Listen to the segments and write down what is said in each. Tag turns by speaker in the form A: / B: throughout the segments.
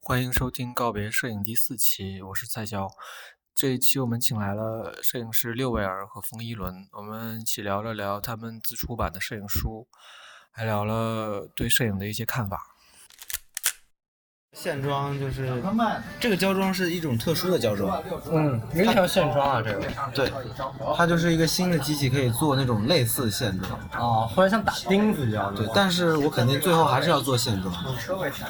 A: 欢迎收听《告别摄影》第四期，我是蔡潇。这一期我们请来了摄影师六位儿和冯一伦，我们一起聊了聊他们自出版的摄影书，还聊了对摄影的一些看法。
B: 线装就是这个胶装是一种特殊的胶装，
C: 嗯，没条线装啊，这个
B: 对，它就是一个新的机器可以做那种类似线装，
C: 啊，或者像打钉子一样的
B: 对，，但是我肯定最后还是要做线装，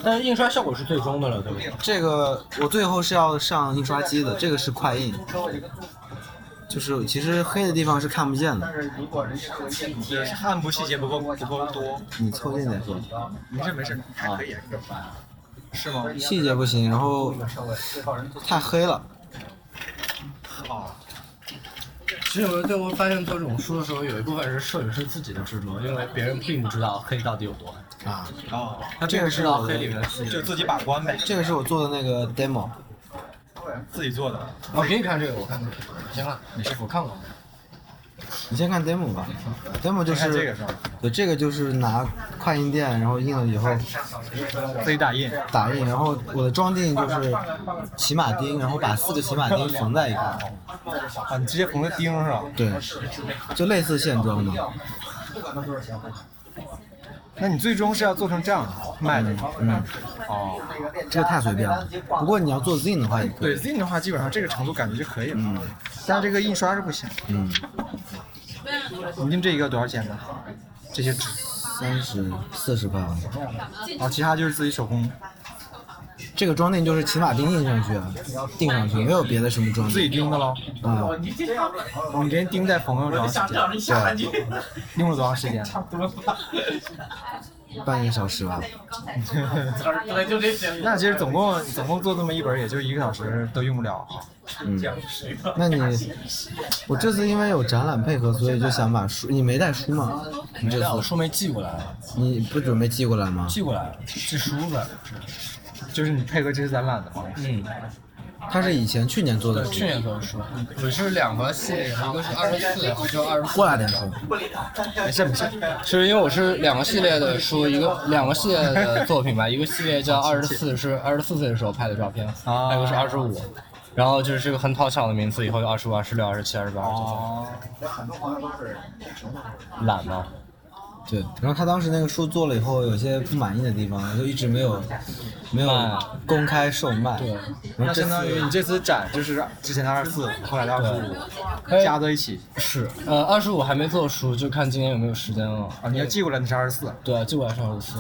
C: 但是印刷效果是最终的了，对不对？
B: 这个我最后是要上印刷机的，这个是快印，就是其实黑的地方是看不见的，
D: 暗部细节不够不够多，
B: 你凑近点说，
D: 没事没事，还可以，是吗？
B: 细节不行，然后太黑了，
C: 其实我最后发现做这种书的时候，有一部分是摄影师自己的执着，因为别人并不知道黑到底有多黑。
B: 啊
D: 哦，
C: 那
B: 这个是我
C: 黑里面
B: 的，
C: 的细节。
D: 就自己把关呗，
B: 这个是我做的那个 demo，
D: 自己做的。
C: 我给你哦看这个，我看过。行了，你是我看过。
B: 你先看 demo 吧，demo 就
D: 你看这
B: 是
D: 个是吧？
B: 对，这个就是拿快印店，然后印了以后。
D: 自己打印，
B: 打印，然后我的装订就是骑马钉，然后把四个骑马钉缝在一块儿，
D: 啊，你直接缝个钉是吧？
B: 对，就类似线装嘛。
D: 那你最终是要做成这样的卖的
B: 嗯，
D: 哦，
B: 这个太随便了。不过你要做 zin 的话也可以。
D: 对 Z 的话，基本上这个程度感觉就可以了。嗯但是这个印刷是不行。
B: 嗯，
D: 你印这一个多少钱呢？这些纸
B: 三十四十块吧。
D: 啊，其他就是自己手工，
B: 这个装订就是骑马钉印上去，啊钉上去，没有别的什么装
D: 自己
B: 订。
D: 钉的喽。
B: 啊、
D: 你连钉带缝用多长时间？
B: 对，
D: 用了多长时间？
B: 半个小时吧。
D: 那其实总共总共做这么一本，也就一个小时都用不了。
B: 嗯，那你，我这次因为有展览配合，所以就想把书，你没带书吗？你这
C: 我
B: 次
C: 书没寄过来了，
B: 你不准备寄过来吗？
C: 寄过来了，寄书了。
D: 就是你配合这次展览的嘛。
C: 嗯，
B: 它是以前去年做的
C: 对，
B: 书。
C: 去年做的书，我是两个系列，一个是二十四，一个是二十
B: 过来点说，
D: 没事没事，
C: 是因为我是两个系列的书，一个两个系列的作品吧，一个系列叫二十四，是二十四岁的时候拍的照片，
D: 啊
C: 还有一个是二十五，然后就是这个很讨巧的名字，以后有二十五、二十六、二十七、二十八、二十
D: 哦，
C: 九，懒嘛。
B: 对，然后他当时那个书做了以后，有些不满意的地方，就一直没有没有公开售卖。对，然
D: 那
B: 后这
D: 相当于你
B: 次
D: 这次展就是之前的二十四，后来的二十五，
C: 对
D: 加在一起
C: 哎是，呃，二十五还没做书，就看今年有没有时间了。
D: 啊，你要寄过来你是二十四，
C: 对啊，就晚上五次。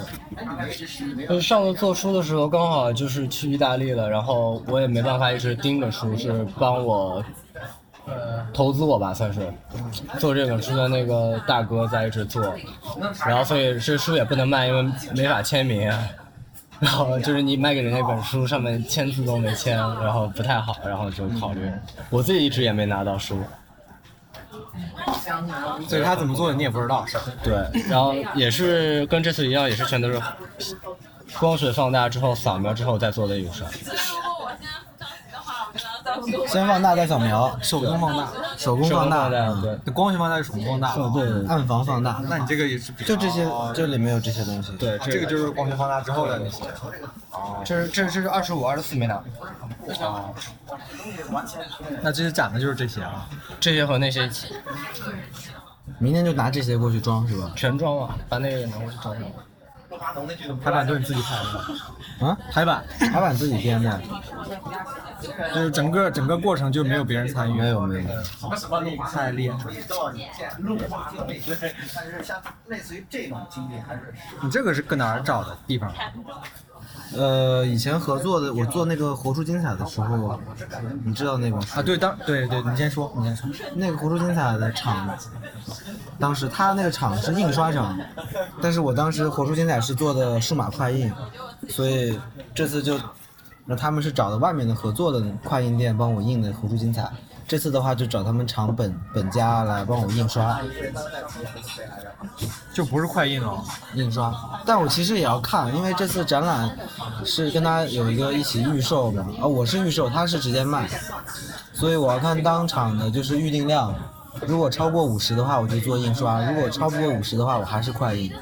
C: 呃，上次做书的时候刚好就是去意大利了，然后我也没办法一直盯着书，是帮我投资我吧，算是做这本书的那个大哥在一直做，然后所以这书也不能卖，因为没法签名。啊然后就是你卖给人家一本书，上面签字都没签，然后不太好，然后就考虑。我自己一直也没拿到书，
D: 所以他怎么做的你也不知道是吧？
C: 对，然后也是跟这次一样，也是全都是光学放大之后扫描之后再做的影刷。
E: 如果我现在不想洗的话，我可能到时候
B: 先放大再扫描，
D: 手动放大，哦
B: 手工放大，嗯
C: 对，
D: 那光学放大是手动放大的，
B: 对，暗房放大，
D: 那你这个也是比
B: 就这些，这里面有这些东西。，
C: 对，
D: 这个就是光学放大之后的那些，
C: 这是这是这是二十五二十四没拿，
D: 那这次展的就是这些啊。
C: 这些和那些一起
B: 明天就拿这些过去装是吧？
C: 全装了，把那个也拿过去装上。
D: 排版都是你自己排的，
B: 啊，
D: 排版
B: 老板自己编的，
D: 就是整个整个过程就没有别人参与，
B: 没有没有，
D: 太厉害了。你这个是搁哪儿找的地方？啊
B: 呃，以前合作的，我做那个活出精彩的时候，你知道那本书
D: 啊，对，当对对，你先说，你先说。
B: 那个活出精彩的厂，当时他那个厂是印刷厂，但是我当时活出精彩是做的数码快印，所以这次就，那他们是找的外面的合作的快印店帮我印的活出精彩，这次的话就找他们厂本本家来帮我印刷
D: 就不是快印哦，
B: 印刷，但我其实也要看，因为这次展览是跟他有一个一起预售嘛，啊、我是预售，他是直接卖，所以我要看当场的就是预定量，如果超过五十的话，我就做印刷；如果超不过五十的话，我还是快印。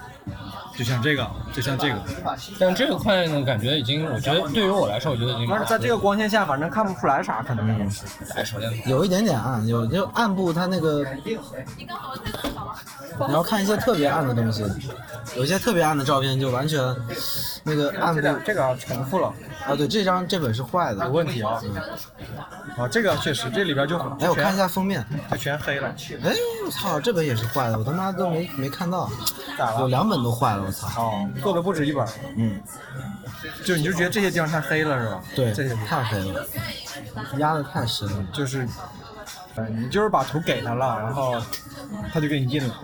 D: 就像这个，就像这个。
C: 但这个快呢，感觉已经，我觉得对于我来说，我觉得已经
D: 但是在这个光线下，反正看不出来啥，可能也是。
C: 哎首先
B: 有一点点暗，有就暗部它那个，你要看一些特别暗的东西，有一些特别暗的照片就完全那个暗
D: 这
B: 部
D: 个这个重复了，
B: 啊，对，这张这本是坏的
D: 有，问题啊。啊，这个确实，这里边就
B: 哎，我看一
D: 全
B: 下封面，
D: 就全黑了，
B: 哎，我操，这本也是坏的，我他妈都没没看到，
D: 咋
B: 有
D: 了？
B: 两本都坏了，我操，
D: 哦，做的不止一本，
B: 嗯，
D: 就你就觉得这些地方太黑了是吧？
B: 对
D: 这些地，方
B: 太黑了，压的太深了，
D: 就是，呃，你就是把图给他了，然后他就给你印了。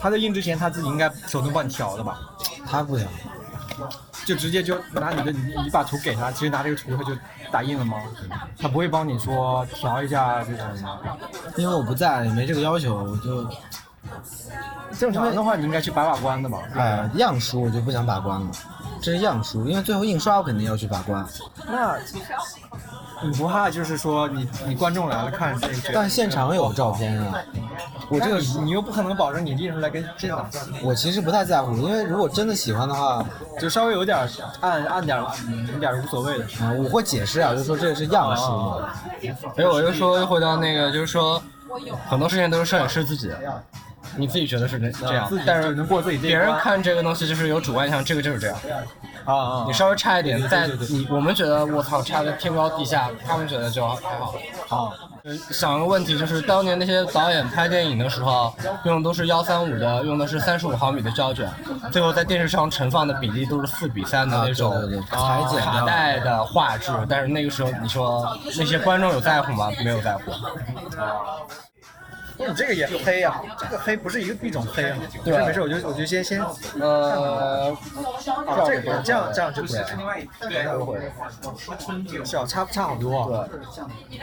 D: 他在印之前，他自己应该手动帮你调的吧？
B: 他不想，
D: 就直接就拿你的你你把图给他，直接拿这个图他就打印了吗？他不会帮你说调一下这种吗？
B: 因为我不在，也没这个要求，我就
D: 正常的话，你应该去把把关的吧？
B: 哎，样书我就不想把关了，这是样书，因为最后印刷我肯定要去把关，
D: 那你不怕就是说你你观众来了看这个，
B: 但现场有照片啊。
D: 我这个你又不可能保证你印出来跟现场似的，
B: 我其实不太在乎，因为如果真的喜欢的话，
D: 就稍微有点暗暗点有点无所谓的。
B: 啊、我会解释啊，就说这个是样式
D: 哦
B: 嘛。
C: 哎，我就说又回到那个，就是说，很多事情都是摄影师自己，你自己觉得是这这样
D: 自己，
C: 但
D: 就是能过自己这一
C: 别人
D: 关
C: 看这个东西就是有主观印象，这个就是这样。
D: 啊啊，
C: 你稍微差一点，在
D: 对对
C: 你我们觉得我操差的天高地下，他们觉得就还好。
D: 好，
C: 呃想个问题，就是当年那些导演拍电影的时候，用的都是幺三五的，用的是三十五毫米的胶卷，最后在电视上盛放的比例都是四比三的
B: 啊
C: 那种
B: 对对对
C: 啊
B: 裁剪
C: 卡
B: 掉
C: 带的画质。但是那个时候，你说那些观众有在乎吗？没有在乎。
D: 你哦这个也黑呀、这个黑不是一个一种黑啊。没
C: 对
D: 事没事，我就我就先先，啊，
C: 呃，
D: 哦这个这样这样就不行。
C: 对
D: 小差差好多啊！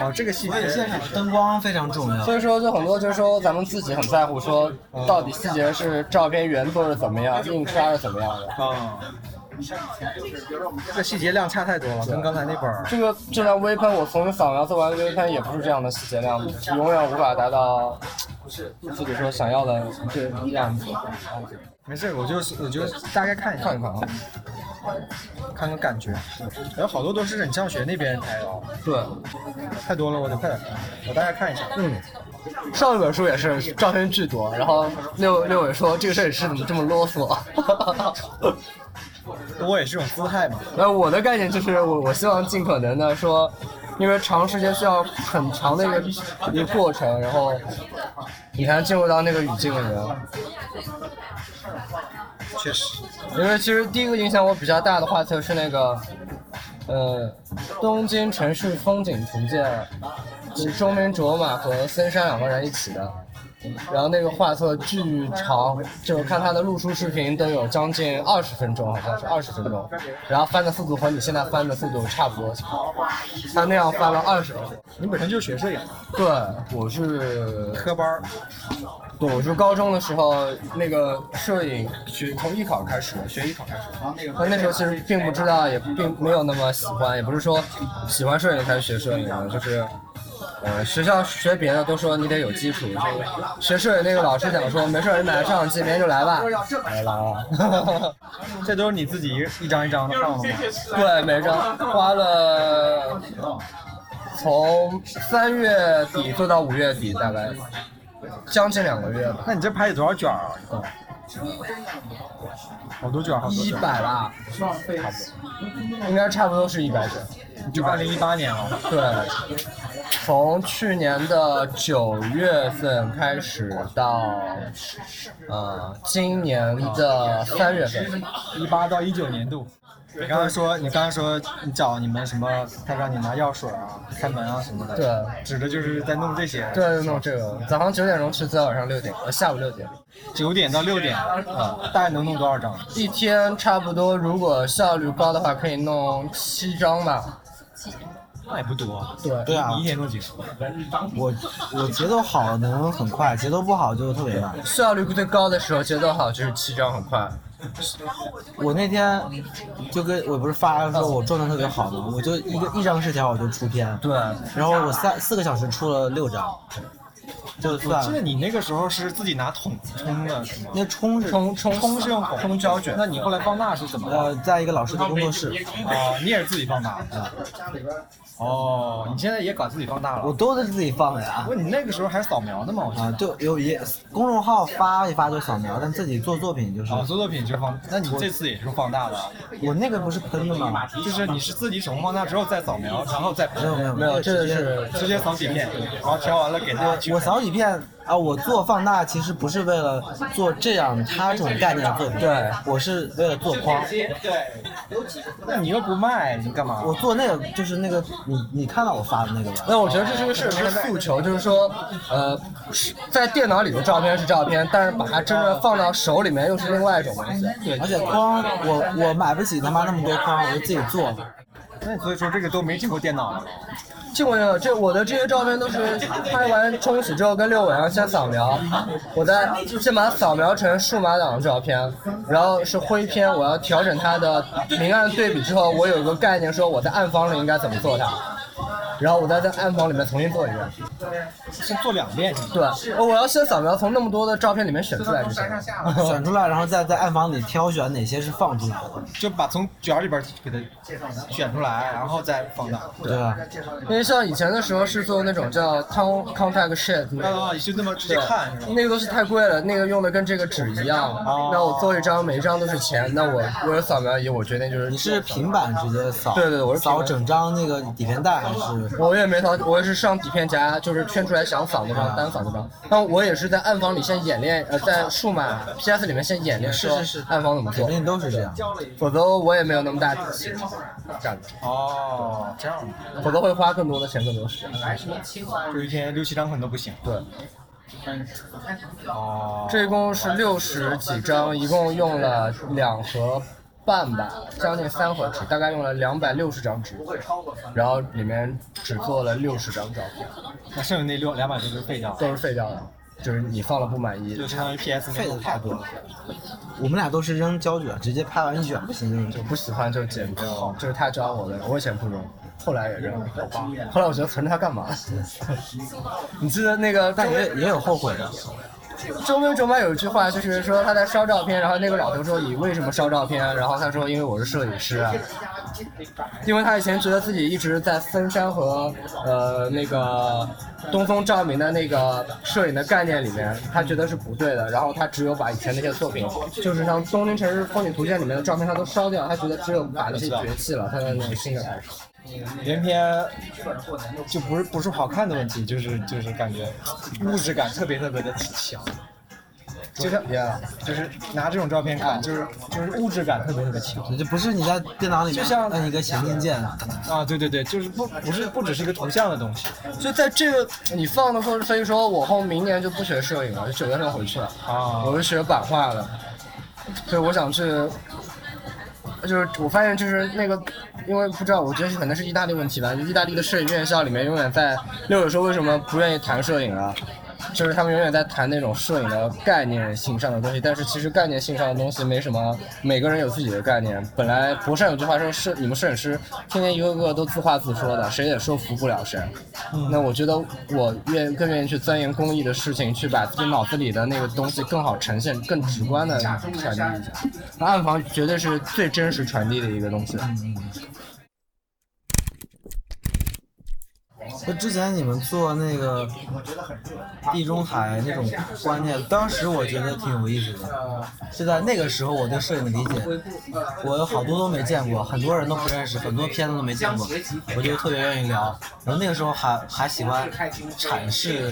D: 哦，这个细
B: 所以现
D: 节
B: 场灯光非常重要。
C: 所以说就很多就是说咱们自己很在乎，说到底细节是照片原作是怎么样，印刷是怎么样的。
D: 啊，这个细节量差太多了，跟刚才那本儿
C: 这个这张微喷，我从扫描做完微喷也不是这样的细节量，永远无法达到自己说想要的这样子。
D: 没事，我就是我就大概看一下，
C: 看一看啊，
D: 看个感觉。有好多都是影像学那边拍的哦，
C: 对，
D: 太多了，我得快点看，我大概看一下。嗯，
C: 上一本书也是照片巨多，然后六六尾说这个摄影师怎么这么啰嗦？
D: 我也是种姿态嘛。
C: 那我的概念就是我我希望尽可能的说，因为长时间需要很长的一个一个过程，然后你才能进入到那个语境里面。
D: 确实，
C: 因为其实第一个影响我比较大的画册是那个，呃，《东京城市风景图鉴》，就是中村卓马和森山两个人一起的。然后那个画册巨长，就是看他的录书视频都有将近二十分钟，好像是二十分钟。然后翻的速度和你现在翻的速度差不多，他那样翻了二十分钟。
D: 你本身就是学摄影，
C: 对，我是
D: 科班儿，
C: 对，我是高中的时候那个摄影学从艺考开始的，学艺考开始的。那那时候其实并不知道，也并没有那么喜欢，也不是说喜欢摄影才学摄影的，就是。呃，学校学别的都说你得有基础，学摄影那个老师讲说，没事儿你买个摄像机，明天就来吧，来了来了，
D: 这都是你自己一张一张的放的吗？
C: 对，每张花了从三月底做到五月底，大概将近两个月吧。
D: 那你这拍得多少卷儿啊？好多卷儿，好多
C: 一
D: 卷儿。
C: 百吧，应该差不多是一百卷。
D: 你就二零一八年了。
C: 对，从去年的九月份开始到呃今年的三月份，
D: 一八到一九年度。你刚才说，你刚才说你找你们什么？他让你拿药水啊、开门啊什么的。
C: 对，
D: 指的就是在弄这些。
C: 对，对弄这个，早上九点钟去，再到晚上六点，呃下午六点，
D: 九点到六点，嗯大概能弄多少张？
C: 一天差不多，如果效率高的话，可以弄七张吧。
D: 那也不多。
C: 对，
B: 对啊
D: 你一，天弄几个？
B: 我我节奏好能很快，节奏不好就特别慢。
C: 效率最高的时候节奏好就是七张，很快。
B: 我那天就跟我不是发说我状态特别好嘛，
D: 嗯
B: 我就一个一张视条我就出片，
C: 对，
B: 然后我三四个小时出了六张，就
D: 我
B: 算
D: 记
B: 了
D: 得。你那个时候是自己拿桶冲的，是吗？
B: 那冲是
C: 冲冲
D: 冲是用桶
C: 冲胶卷
D: 那你后来放大是怎么了？
B: 呃，在一个老师的工作室，
D: 哦，你也是自己放大啊？哦，你现在也搞自己放大
B: 我
D: 了？
B: 都是自己放的呀
D: 不，。你那个时候还是扫描的嘛？我记
B: 啊，
D: 得。
B: 就有也公众号发一发就扫描，但自己做作品就是。
D: 哦，做作品就放，那你这次也是放大了，
B: 我那个不是喷的吗？
D: 就是你是自己手工放大之后再扫描，然后再
B: 没有没有没有，这个是
D: 直接扫几片，然后调完了给大家去
B: 我我扫几片啊，我做放大其实不是为了做这样它这种概念的作品，对我是为了做框。
D: 那你又不卖，你干嘛？
B: 我做那个就是那个你你看到我发的那个吧？
C: 那我觉得这是个是有是诉求，就是说，呃，是在电脑里的照片是照片，但是把它真正放到手里面又是另外一种东西。对，
B: 而且框我我买不起他妈那么多框，我就自己做。
D: 那所以说这个都没进过电脑了。
C: 进过没有？这我的这些照片都是拍完冲洗之后跟六尾一样先扫描，我再先把它扫描成数码档的照片，然后是灰片，我要调整它的明暗对比之后，我有一个概念说我在暗房里应该怎么做它，然后我再在暗房里面重新做一遍。
D: 先做两遍，
C: 对，我要先扫描从那么多的照片里面选出来就行了。
B: 选出来，然后再在暗房里挑选哪些是放出来的，
D: 就把从卷里边给它选出来，然后再放大。
B: 对吧？
C: 因为像以前的时候是做那种叫 con contact shit 那种。
D: 啊，你就那么直接
C: 对
D: 看是吧？
C: 那个东西太贵了，那个用的跟这个纸一样。
B: 哦
C: 那我做一张，每一张都是钱。那我我有扫描仪，我决定就是
B: 你是平板直接扫？
C: 对对对我是平板
B: 扫整张那个底片带还是？
C: 我也没扫，我也是上底片夹，就是圈出来想扫多张，单扫多张。那我也是在暗房里先演练，呃，在数码 PS 里面先演练，
B: 是
C: 说
B: 是是
C: 暗房怎么
B: 肯
C: 做，
B: 定都是这样。
C: 否则我也没有那么大底气干的，
D: 哦，这样的，
C: 否则会花更多的钱，更多时间。
D: 就一天六七张可能都不行。
C: 对，
D: 哦，
C: 这一共是六十几张，一共用了两盒半吧，将近三盒纸，大概用了两百六十张纸，然后里面只做了六十张照片，
D: 那剩下那六两百多就废掉了，
C: 都是废掉的，就是你放了不满意
D: 就。相当于 PS
B: 废
D: 那
B: 的
D: 个
B: 太多了。我们俩都是扔胶卷，直接拍完一卷不行就
C: 就不喜欢就剪掉，就是太招我了。我以前不扔，后来也扔了。后来我觉得存着它干嘛？ 你记得那个
B: 但也也有后悔的。
C: 周明卓玛有一句话，就是说他在烧照片，然后那个老头说你为什么烧照片？然后他说因为我是摄影师啊，因为他以前觉得自己一直在森山和呃那个东风照明的那个摄影的概念里面，他觉得是不对的。然后他只有把以前那些作品，就是像《东京城市风景图鉴》里面的照片，他都烧掉。他觉得只有把那些绝迹了，他才能有新的开始。
D: 连篇就不是不是好看的问题，就是就是感觉物质感特别特别的强，就像就是拿这种照片看，就是就是物质感特别特别强。
B: 就不是你在电脑里面
D: 就像
B: 摁一个前进键，
D: 啊，对对对，就是不不是不只是一个图像的东西
C: 就在这个你放的时候，所以说我后明年就不学摄影了，就九月份回去了。
D: 啊
C: 我是学版画的，所以我想去，就是我发现就是那个，因为不知道，我觉得可能是意大利问题吧。意大利的摄影院校里面永远在，六友说为什么不愿意谈摄影啊？就是他们永远在谈那种摄影的概念性上的东西，但是其实概念性上的东西没什么，每个人有自己的概念。本来博善有句话说，摄你们摄影师天天一个个都自话自说的，谁也说服不了谁。那我觉得我愿更愿意去钻研工艺的事情，去把自己脑子里的那个东西更好呈现、更直观的传递一下。那暗房绝对是最真实传递的一个东西。
B: 就之前你们做那个地中海那种观念，当时我觉得挺有意思的。是在那个时候我对摄影的理解，我有好多都没见过，很多人都不认识，很多片子都没见过，我就特别愿意聊。然后那个时候还还喜欢阐释，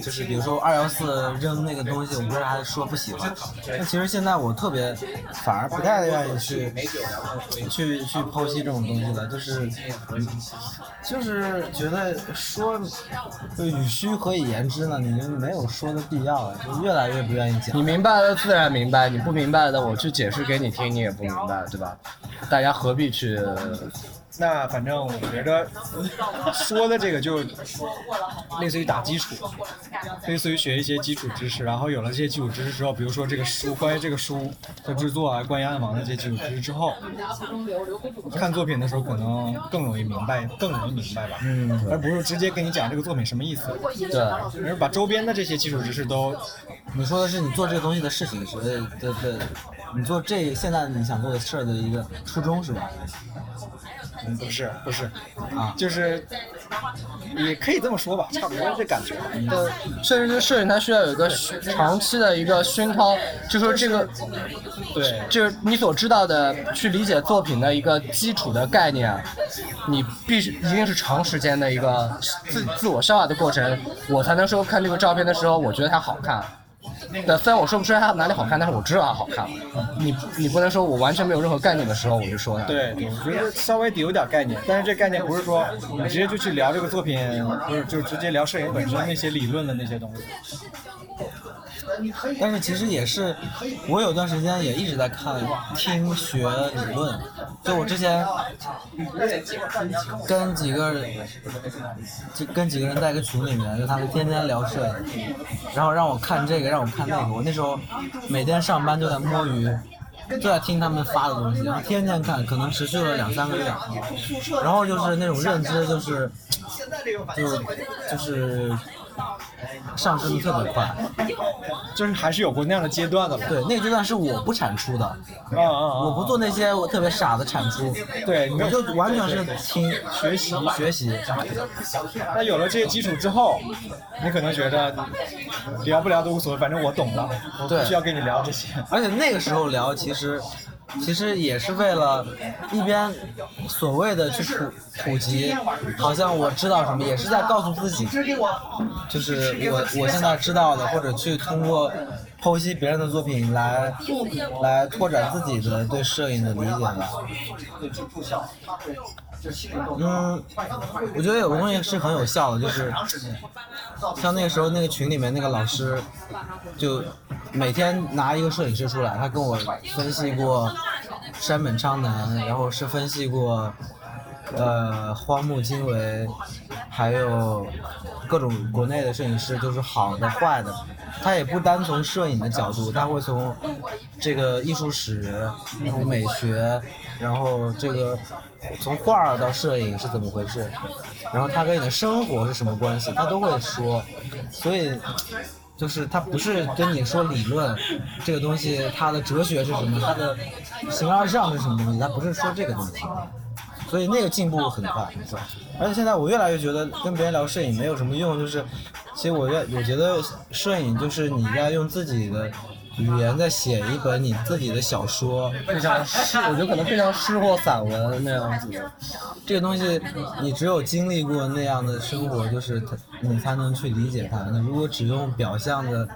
B: 就是比如说二幺四扔那个东西，我不是还说不喜欢。那其实现在我特别反而不太愿意去去去剖析这种东西了，就是就是觉得说，就与虚何以言之呢，你就没有说的必要了，就越来越不愿意讲
C: 你。明白的自然明白，你不明白的我去解释给你听，你也不明白，对吧？大家何必去
D: 那反正我觉得说的这个就类似于打基础，类似于学一些基础知识，然后有了这些基础知识之后，比如说这个书关于这个书的制作啊，关于暗网的这些基础知识之后，看作品的时候可能更容易明白，更容易明白吧，
B: 嗯
D: 而不是直接跟你讲这个作品什么意思，
C: 对。
D: 而是把周边的这些基础知识都
B: 你说的是你做这个东西的事情是的的的，你做这现在你想做的事儿的一个初衷是吧？
D: 嗯，不是不是，
B: 啊，
D: 就是也可以这么说吧，差不多这感觉。
C: 确实是摄影，它需要有一个熏长期的一个熏陶，就说这个
D: 对，
C: 就是你所知道的去理解作品的一个基础的概念，啊你必须一定是长时间的一个自自我消化的过程，我才能说看这个照片的时候，我觉得它好看。对，虽然我说不出来它哪里好看，但是我知道它好看。你你不能说我完全没有任何概念的时候我就说它。
D: 对对，我觉得稍微得有点概念，但是这概念不是说你直接就去聊这个作品，不是就直接聊摄影本身那些理论的那些东西。
B: 但是其实也是，我有段时间也一直在看听学理论，就我之前跟几个人，就跟几个人在一个群里面，就他们天天聊摄影，然后让我看这个，让我看那个，我那时候每天上班就在摸鱼。就在听他们发的东西，然后天天看，可能持续了两三个月，然后就是那种认知，就是，就是就是上升的特别快。
D: 就是还是有过那样的阶段的吧。
B: 对，那个阶段是我不产出的，
D: 啊啊啊！
B: 我不做那些我特别傻的产出，
D: 对，你没
B: 我
D: 有。
B: 就完全是听
D: 学习
B: 学习。
D: 那有了这些基础之后，你可能觉得聊不聊都无所谓，反正我懂了，我不
B: 对
D: 需要跟你聊这些。
B: 而且那个时候聊，其实其实也是为了一边所谓的去普普及，好像我知道什么，也是在告诉自己，就是我我现在知道的，或者去通过剖析别人的作品来来拓展自己的对摄影的理解吧。嗯，我觉得有个东西是很有效的，就是像那个时候那个群里面那个老师，就每天拿一个摄影师出来，他跟我分析过山本昌男，然后是分析过呃荒木经惟，还有各种国内的摄影师，就是好的坏的，他也不单从摄影的角度，他会从这个艺术史，然后美学，然后这个从画儿到摄影是怎么回事，然后它跟你的生活是什么关系，他都会说，所以。就是他不是跟你说理论，这个东西它的哲学是什么，它的形而上是什么东西，他不是说这个东西，所以那个进步很快。很快而且现在我越来越觉得跟别人聊摄影没有什么用，就是其实我越我觉得摄影就是你在用自己的语言在写一本你自己的小说，
C: 非常诗，我觉得可能非常诗或散文那样子。
B: 这个东西，你只有经历过那样的生活，就是它你才能去理解它。你如果只用表象的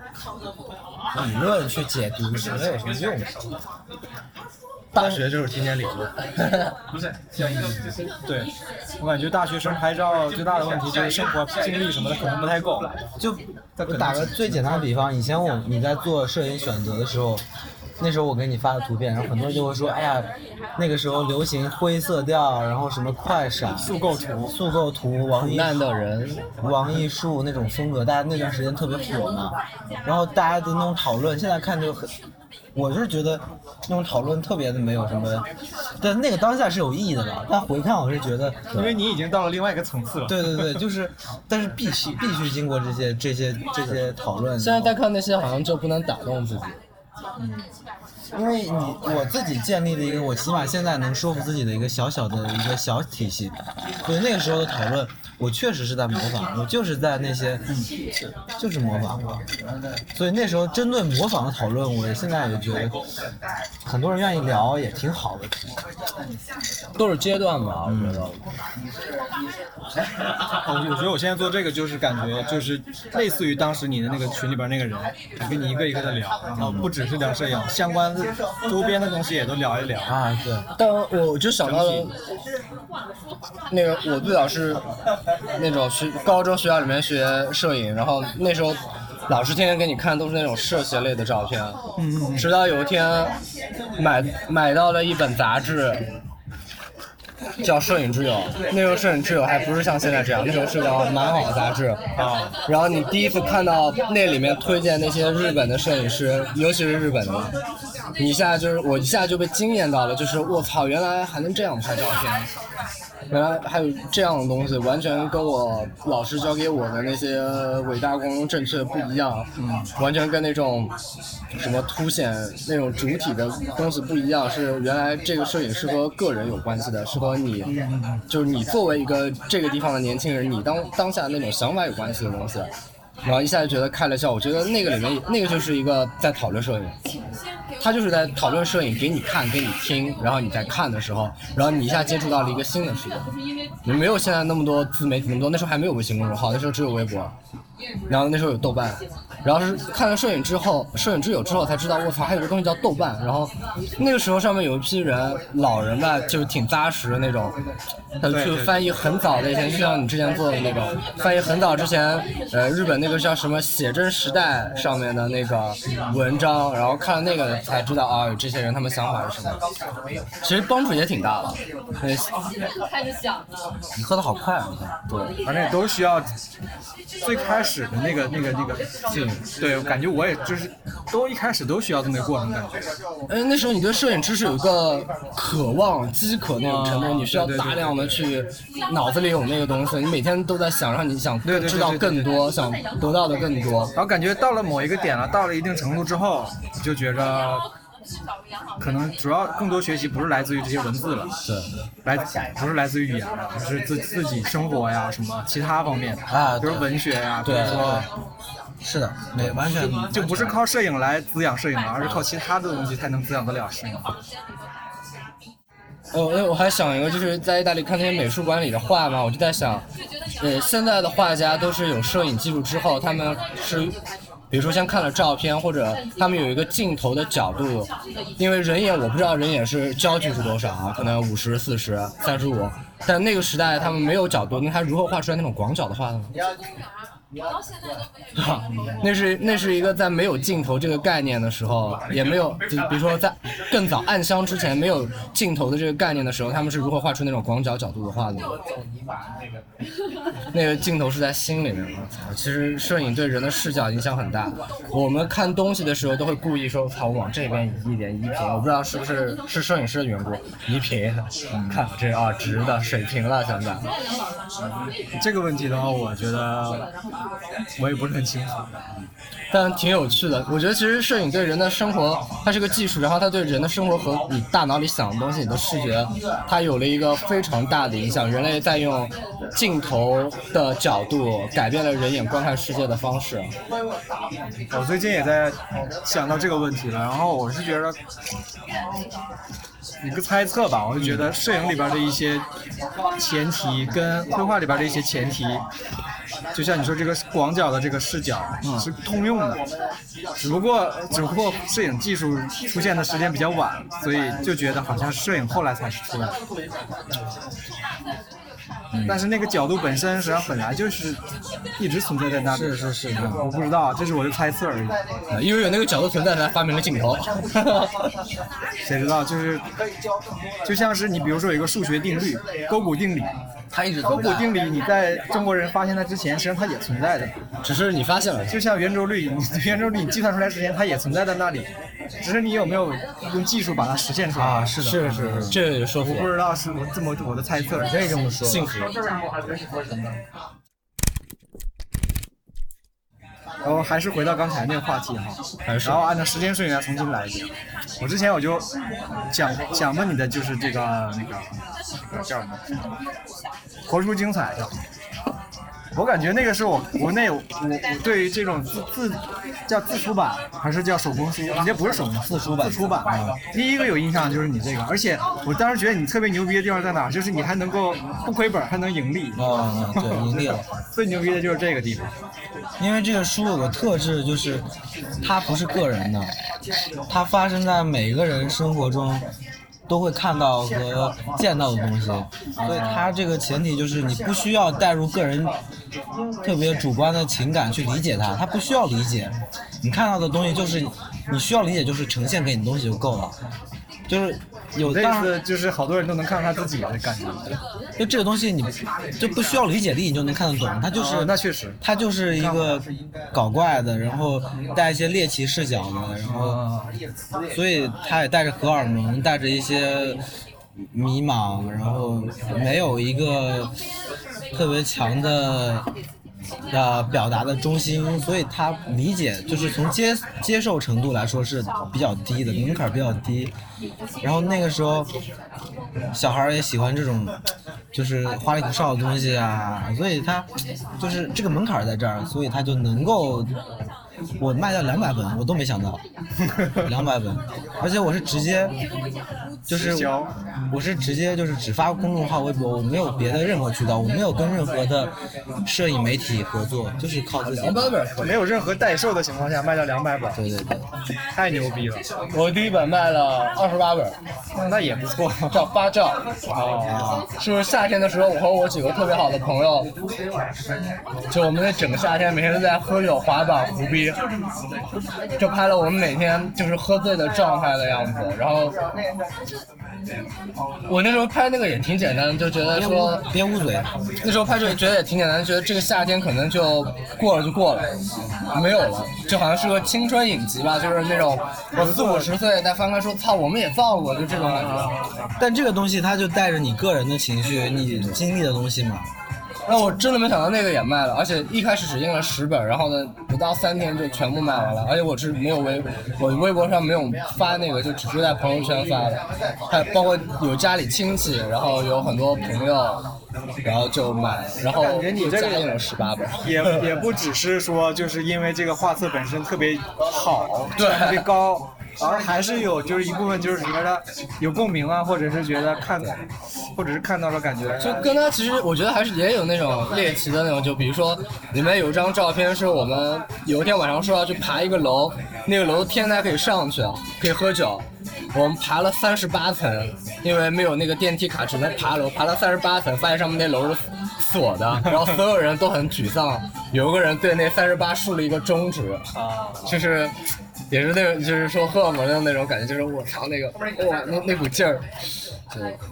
B: 理论去解读，是没有什么用的。
C: 大学就是天天理论。
D: 对，我感觉大学生拍照最大的问题就是生活经历什么的可能不太够。
B: 就我打个最简单的比方，以前我你在做摄影选择的时候，那时候我给你发的图片，然后很多人就会说，哎呀，那个时候流行灰色调，然后什么快闪、
D: 速构图
B: 速构图、王
C: 苦
B: 一
C: 难的人，
B: 王艺术那种风格，大家那段时间特别火嘛，然后大家的那种讨论，现在看就很，我是觉得那种讨论特别的没有什么，但那个当下是有意义的吧，但回看我是觉得，
D: 因为你已经到了另外一个层次了。
B: 对对对，就是，但是必须必须经过这些这些这些讨论，
C: 现在再看那些好像就不能打动自己。
B: 因为你我自己建立的一个，我起码现在能说服自己的一个小小的一个小体系，所以那个时候的讨论，我确实是在模仿，我就是在那些，就是模仿嘛。所以那时候针对模仿的讨论，我现在也觉得很多人愿意聊也挺好的。
C: 都是阶段吧，我觉得。
D: 我我觉得我现在做这个就是感觉就是类似于当时你的那个群里边那个人，跟你一个一个的聊，然后不只是聊摄影，相关的周边的东西也都聊一聊。
B: 啊，对，
C: 但我就想到了，那个我最早是那种学高中学校里面学摄影，然后那时候老师天天给你看都是那种摄学类的照片，直到有一天买买到了一本杂志，叫《摄影之友》，那时候《摄影之友》还不是像现在这样，那时候是叫《蛮好》杂志啊。然后你第一次看到那里面推荐那些日本的摄影师，尤其是日本的，你一下就是我一下就被惊艳到了，就是我操，原来还能这样拍照片。原来还有这样的东西，完全跟我老师教给我的那些伟大光荣正确不一样，嗯完全跟那种什么凸显那种主体的东西不一样，是原来这个摄影是和个人有关系的，是和你，就是你作为一个这个地方的年轻人，你当当下那种想法有关系的东西。然后一下就觉得开了窍，我觉得那个里面那个就是一个在讨论摄影，他就是在讨论摄影，给你看，给你听，然后你在看的时候，然后你一下接触到了一个新的世界。你没有现在那么多自媒体那么多，那时候还没有微信公众号，那时候只有微博，然后那时候有豆瓣，然后是看了摄影之后，摄影之友之后才知道，我操，还有个东西叫豆瓣。然后那个时候上面有一批人，老人吧，就是挺扎实的那种，他呃就去翻译很早的以前，就像你之前做的那种，翻译很早之前，呃，日本那个叫什么《写真时代》上面的那个文章，然后看了那个才知道啊，这些人他们想法是什么。其实帮助也挺大的，呃
E: 开始想了，
B: 你喝的好快啊！
D: 反正也都需要最开始的那个、那个、那个劲。对，我感觉我也就是都一开始都需要这么个过程，感觉。
C: 哎，那时候你对摄影知识有一个渴望、饥渴那种程度，
D: 啊
C: 你需要
D: 对对对
C: 大量的去脑子里有那个东西，你每天都在想，让你想
D: 对对对
C: 知道
D: 对对
C: 更多，想得到的更多。
D: 然后感觉到了某一个点了，到了一定程度之后，你就觉着可能主要更多学习不是来自于这些文字了，
C: 对，
D: 来不是来自于语言了，就是自自己生活呀什么其他方面
B: 啊
D: 比如
B: 对
D: 文学呀，比如
C: 对
D: 说
B: 是的，没完全
D: 就不是靠摄影来滋养摄影了，而是靠其他的东西才能滋养得了摄影。
C: 哦，哎我还想一个，就是在意大利看那些美术馆里的画嘛，我就在想，呃，现在的画家都是有摄影技术之后，他们是。比如说，先看了照片，或者他们有一个镜头的角度，因为人眼我不知道人眼是焦距是多少啊，可能五十、四十、三十五，但那个时代他们没有角度，那他如何画出来那种广角的画呢？
E: 我到现在都没有。
C: 哈，那是那是一个在没有镜头这个概念的时候，也没有，就比如说在更早暗箱之前没有镜头的这个概念的时候，他们是如何画出那种广角角度的画的？那个镜头是在心里面的。我操，其实摄影对人的视角影响很大。我们看东西的时候都会故意说，操，我往这边移一点，移平。我不知道是不是是摄影师的缘故，移平，看这啊直的水平了，现在。
D: 这个问题的话，我觉得我也不是很清楚。
C: 但挺有趣的。我觉得其实摄影对人的生活，它是个技术，然后它对人的生活和你大脑里想的东西，你的视觉，它有了一个非常大的影响。人类在用镜头的角度改变了人眼观看世界的方式。
D: 我最近也在想到这个问题了，然后我是觉得一个猜测吧，我就觉得摄影里边的一些前提跟绘画里边的一些前提，就像你说这个广角的这个视角
B: 嗯
D: 是通用的，只不过只不过摄影技术出现的时间比较晚，所以就觉得好像摄影后来才是出来的。但是那个角度本身实际上本来就是一直存在在那里，
B: 是是是，
D: 我不知道，这是我的猜测而已。
C: 呃因为有那个角度存在，才发明了镜头。
D: 谁知道？就是，就像是你，比如说有一个数学定律——勾股定理。
C: 它一直
D: 勾股定理，你在中国人发现它之前，实际上它也存在的。
C: 只是你发现了。
D: 就像圆周率，你圆周率你计算出来之前，它也存在在那里，只是你有没有用技术把它实现出来
B: 啊，是的，是是是，
C: 这也说服
D: 我不
C: 我，
D: 知道是我这么我的猜测。
B: 可以这么说。
C: 幸福。
D: 然后还是回到刚才那个话题哈，
C: 还是
D: 然后按照时间顺序来重新来一遍。我之前我就想想问你的就是这个那个那个叫什么，活出精彩的。我感觉那个是我国内我我对于这种自自叫自出版还是叫手工书，你这不是手工书，自出版自出版啊。第一个有印象就是你这个，而且我当时觉得你特别牛逼的地方在哪儿，就是你还能够不亏本，还能盈利。
C: 哦
B: 啊、对，盈利了。
D: 最牛逼的就是这个地方。
B: 因为这个书有个特质，就是它不是个人的，它发生在每个人生活中都会看到和见到的东西，所以它这个前提就是你不需要带入个人特别主观的情感去理解它，它不需要理解，你看到的东西就是你需要理解，就是呈现给你的东西就够了。就是有
D: 这
B: 当
D: 次
B: 然，
D: 就是好多人都能看到他自己的感觉。
B: 就这个东西你就不需要理解力，你就能看得懂。它就是、
D: 哦那确实，
B: 它就是一个搞怪的，然后带一些猎奇视角的，然后所以它也带着荷尔蒙，带着一些迷茫，然后没有一个特别强的。呃，表达的中心，所以它理解就是从接接受程度来说是比较低的，门槛比较低。然后那个时候，小孩儿也喜欢这种，就是花里胡哨的东西啊，所以他就是这个门槛儿在这儿，所以他就能够，我卖掉两百本，我都没想到，两百本，而且我是直接，就是
D: 直销
B: 我是直接就是只发公众号、微博，我没有别的任何渠道，我没有跟任何的摄影媒体合作，就是靠自己。
D: 没有任何代售的情况下卖掉两百本，
B: 对对对，
D: 太牛逼了，
C: 我第一本卖了二十八本，
D: 那也不错。
C: 叫八兆。哦，是夏天的时候，我和我几个特别好的朋友，就我们那整个夏天每天都在喝酒、滑板、胡逼，就拍了我们每天就是喝醉的状态的样子。然后我那时候拍那个也挺简单，就觉得
B: 别
C: 说
B: 捂别捂嘴，
C: 那时候拍摄也觉得也挺简单，觉得这个夏天可能就过了就过了，没有了，就好像是个青春影集吧，就是那种我四五十岁再翻开说，操，我们也造过，就这种感觉。
B: 但这个东西它就带着你个人的情绪，你经历的东西嘛。
C: 那我真的没想到那个也卖了，而且一开始只印了十本，然后呢，不到三天就全部卖完了，而且我是没有微，我微博上没有发那个，就只是在朋友圈发的，还包括有家里亲戚，然后有很多朋友，然后就买，然后
D: 感觉你这个
C: 加印了十八本。
D: 也也不只是说，就是因为这个画册本身特别好，
C: 对
D: 特别高，而还是有就是一部分就是觉得有共鸣啊，或者是觉得看，或者是看到了感觉，
C: 就跟他其实我觉得还是也有那种猎奇的那种，就比如说里面有一张照片是我们有一天晚上说要去爬一个楼，那个楼天台可以上去，啊可以喝酒。我们爬了三十八层，因为没有那个电梯卡，只能爬楼。爬了三十八层，发现上面那楼是锁的，然后所有人都很沮丧。有一个人对那三十八竖了一个中指，就是也是那种，就是说荷尔蒙的那种感觉，就是我操那个，哇那那股劲儿，对。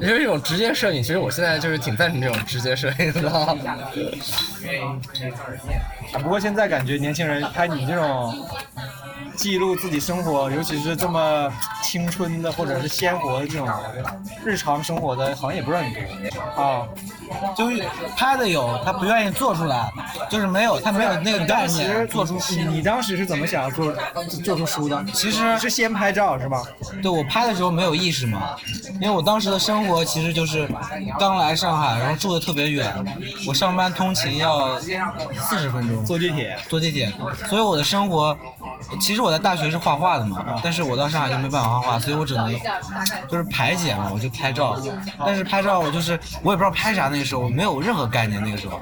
C: 也就是一种直接摄影，其实我现在就是挺赞成这种直接摄影 的。
D: 不过现在感觉年轻人拍你这种记录自己生活，尤其是这么青春的或者是鲜活的这种日常生活的，好像也不是很多啊。
B: 就是拍的有，他不愿意做出来，就是没有，他没有那个概
D: 其实
B: 念做出
D: 你你当时是怎么想要做做出书的？
B: 其实
D: 是先拍照是吧？
B: 对我拍的时候没有意识嘛，因为我当时的生活其实就是刚来上海，然后住的特别远，我上班通勤要四十分钟坐
D: 坐地铁。
B: 坐地铁，所以我的生活其实我在大学是画画的嘛，但是我到上海就没办法画画，所以我只能就是排解嘛，我就拍照，但是拍照我就是我也不知道拍啥，那个时候我没有任何概念，那个时候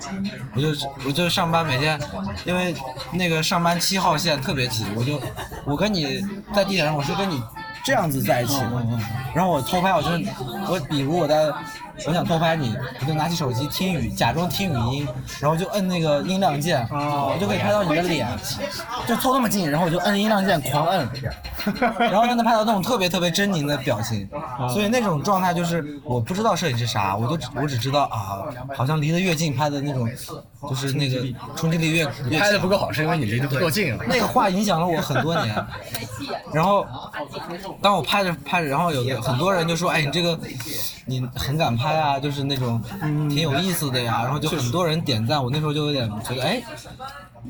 B: 我就我就上班每天，因为那个上班七号线特别挤，我就我跟你在地铁上我是跟你这样子在一起的，然后我偷拍我就是我比如我在。我想偷拍你，我就拿起手机听语，假装听语音，然后就摁那个音量键，
C: 哦
B: 我就可以拍到你的脸，就凑那么近，然后我就摁音量键狂 摁，然后就能拍到那种特别特别狰狞的表情，
C: 哦
B: 所以那种状态就是我不知道摄影是啥，我就只我只知道啊，好像离得越近拍的那种，就是那个冲击力越越
C: 拍的
B: 强。
C: 不够好，是因为你离得不够近了。
B: 那个话影响了我很多年，然后当我拍着拍着，然后有个很多人就说：“哎，你这个你很敢拍啊，就是那种挺有意思的呀。”然后就很多人点赞，我那时候就有点觉得哎。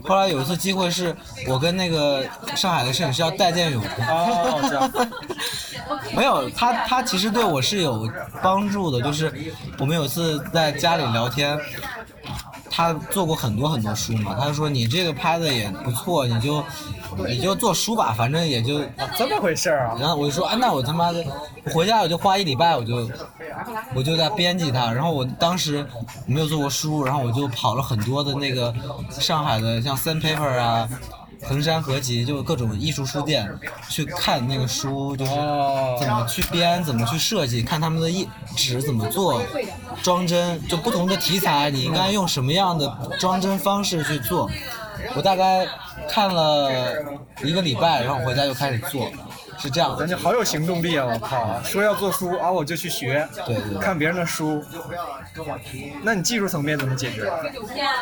B: 后来有一次机会是我跟那个上海的摄影师叫戴建勇，
D: 哦我知道
B: 没有，他他其实对我是有帮助的，就是我们有一次在家里聊天，他做过很多很多书嘛，他就说你这个拍的也不错，你就你就做书吧，反正也就，
D: 这么回事儿啊？
B: 然后我就说啊，那我他妈的回家我就花一礼拜，我就我就在编辑它，然后我当时没有做过书，然后我就跑了很多的那个上海的像 Sandpaper 啊。衡山合集就各种艺术书店去看那个书，就是怎么去编，怎么去设计，看他们的一纸怎么做装帧，就不同的题材，你应该用什么样的装帧方式去做。我大概看了一个礼拜，然后回家就开始做，是这样
D: 咱
B: 的，
D: 就好有行动力啊！我靠，说要做书啊，我就去学，
B: 对对对
D: 看别人的书。那你技术层面怎么解决？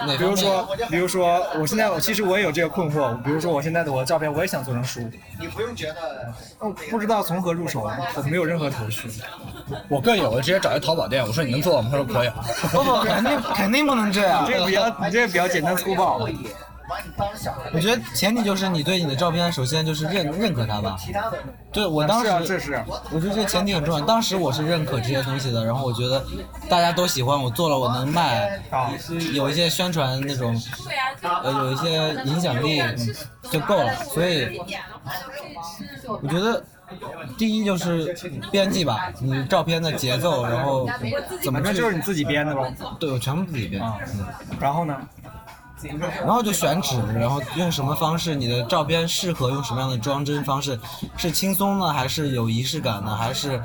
B: 哪
D: 比
B: 方
D: 如
B: 面
D: 说，比如说，我现在我其实我也有这个困惑。比如说，我现在的我的照片，我也想做成书，那我不知道从何入手，我没有任何头绪。
C: 我更有，我直接找一淘宝店，我说你能做吗？他说可以。
B: 不不，肯定肯定不能这样
D: 你。这个比较，你这个比较简单粗暴。
B: 我觉得前提就是你对你的照片，首先就是认认可它吧。对我当时，
D: 是啊，这是。
B: 我觉得这前提很重要。当时我是认可这些东西的，然后我觉得大家都喜欢，我做了我能卖，
D: 啊，
B: 有一些宣传那种，
E: 对呀，
B: 呃，有一些影响力
C: 嗯
B: 就够了。所以
E: 一点的话就可以吃就
B: 我觉得，第一就是编辑吧，你照片的节奏，然后怎么
D: 反正
B: 去嗯
D: 就是你自己编的吧。
B: 对我全部自己编。
D: 啊，然后呢？
B: 然后就选址，然后用什么方式，你的照片适合用什么样的装帧方式，是轻松呢，还是有仪式感呢，还是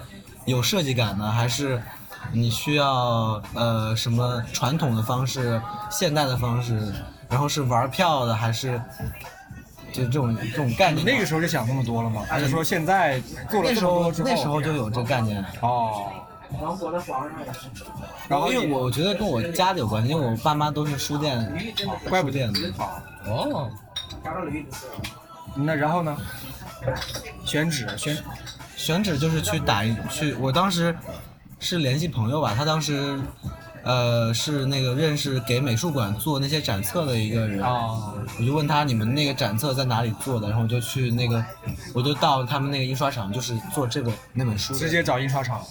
B: 有设计感呢，还是你需要呃什么传统的方式、现代的方式，然后是玩票的，还是就这种这种概
D: 你
B: 念？
D: 那个时候就想那么多了吗？还是说现在做了
B: 那
D: 这
B: 时
D: 么多
B: 候
D: 之后？
B: 那时候就有这个概念，
D: 哦。
B: 然后因为我我觉得跟我家里有关系，因为我爸妈都是书店，
D: 怪不
B: 书
D: 得
B: 店的。
C: 哦，
D: 那然后呢？选址选
B: 选址就是去打一去，我当时是联系朋友吧，他当时呃是那个认识给美术馆做那些展册的一个人，
D: 啊，
B: 我就问他你们那个展册在哪里做的，然后我就去那个，我就到他们那个印刷厂，就是做这个那本书的，
D: 直接找印刷厂。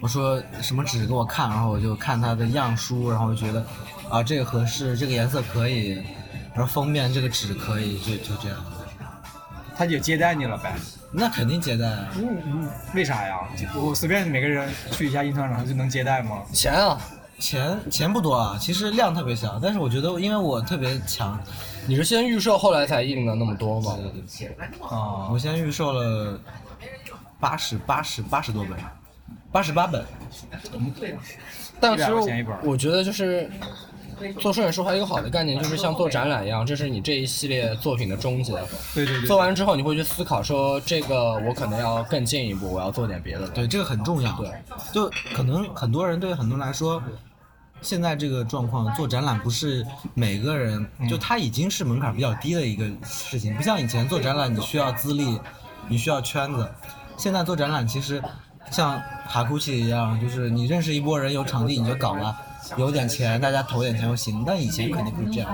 B: 我说什么纸给我看，然后我就看它的样书，然后我就觉得啊这个合适，这个颜色可以，然后封面这个纸可以，就就这样，
D: 他也接待你了呗？
B: 那肯定接待啊。
D: 嗯嗯，为啥呀？我随便每个人去一下印刷厂就能接待吗？
C: 钱啊，
B: 钱钱不多啊，其实量特别小，但是我觉得因为我特别强，
C: 你是先预售后来才印的那么多吗？
D: 啊
B: 我先预售了八十八十八十多本，八十八本，
C: 但其实
D: 100块钱一本
C: 我觉得就是做摄影书还有一个好的概念，就是像做展览一样，这是你这一系列作品的终结。
D: 对对对
C: 做，完之后，你会去思考说，这个我可能要更进一步，我要做点别的。
B: 对，这个很重要。
C: 对，
B: 就可能很多人对很多人来说，现在这个状况做展览不是每个人，就他已经是门槛比较低的一个事情，不像以前做展览你需要资历，你需要圈子，现在做展览其实像哈库奇一样，就是你认识一波人，有场地你就搞了。有点钱，大家投点钱就行。但以前肯定不是这样，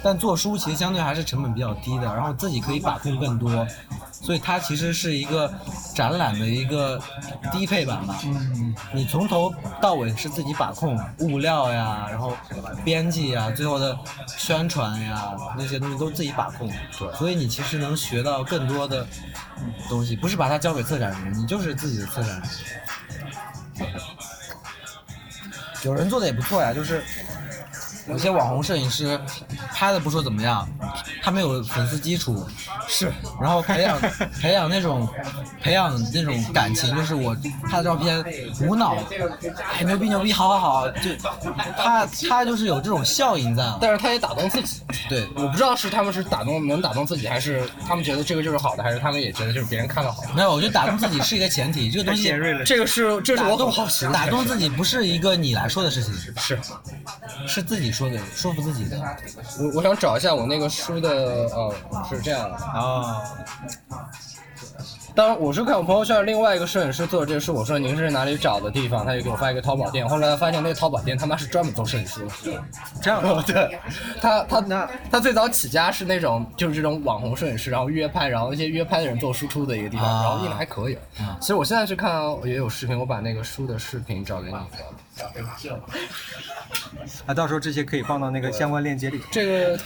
B: 但做书其实相对还是成本比较低的，然后自己可以把控更多，所以它其实是一个展览的一个低配版吧。你从头到尾是自己把控物料呀，然后编辑呀，最后的宣传呀，那些东西都自己把控。对，所以你其实能学到更多的东西，不是把它交给策展人，你就是自己的策展人。有人做的也不错呀，就是有些网红摄影师拍的不说怎么样，他没有粉丝基础，
D: 是
B: 然后培养培养那种培养那种感情，就是我他的照片无脑，哎牛逼牛逼，好好好，就他他就是有这种效应在，啊
C: 但是他也打动自己，
B: 对
C: 我不知道是他们是打动能打动自己，还是他们觉得这个就是好的，还是他们也觉得就是别人看到好的。
B: 没有，我觉得打动自己是一个前提，这个
D: 太
B: 东西
D: 尖锐了。
C: 这个是这是
B: 打
C: 我很
B: 动
C: 好奇的
B: 打动自己不是一个你来说的事情，
C: 是
B: 是自己说的，说服自己的。
C: 我我想找一下我那个书的呃是这样的，
D: 啊，
C: 当然，我是看我朋友圈另外一个摄影师做的这个书，我说您是哪里找的地方，他就给我发一个淘宝店，后来发现那个淘宝店他妈是专门做摄影书的，这样 对，他他那他最早起家是那种就是这种网红摄影师，然后约拍，然后那些约拍的人做输出的一个地方，
B: 啊
C: 然后印的还可以。其实我现在去看也有视频，我把那个书的视频找给你。
D: 那到时候这些可以放到那个相关链接里。
C: 这个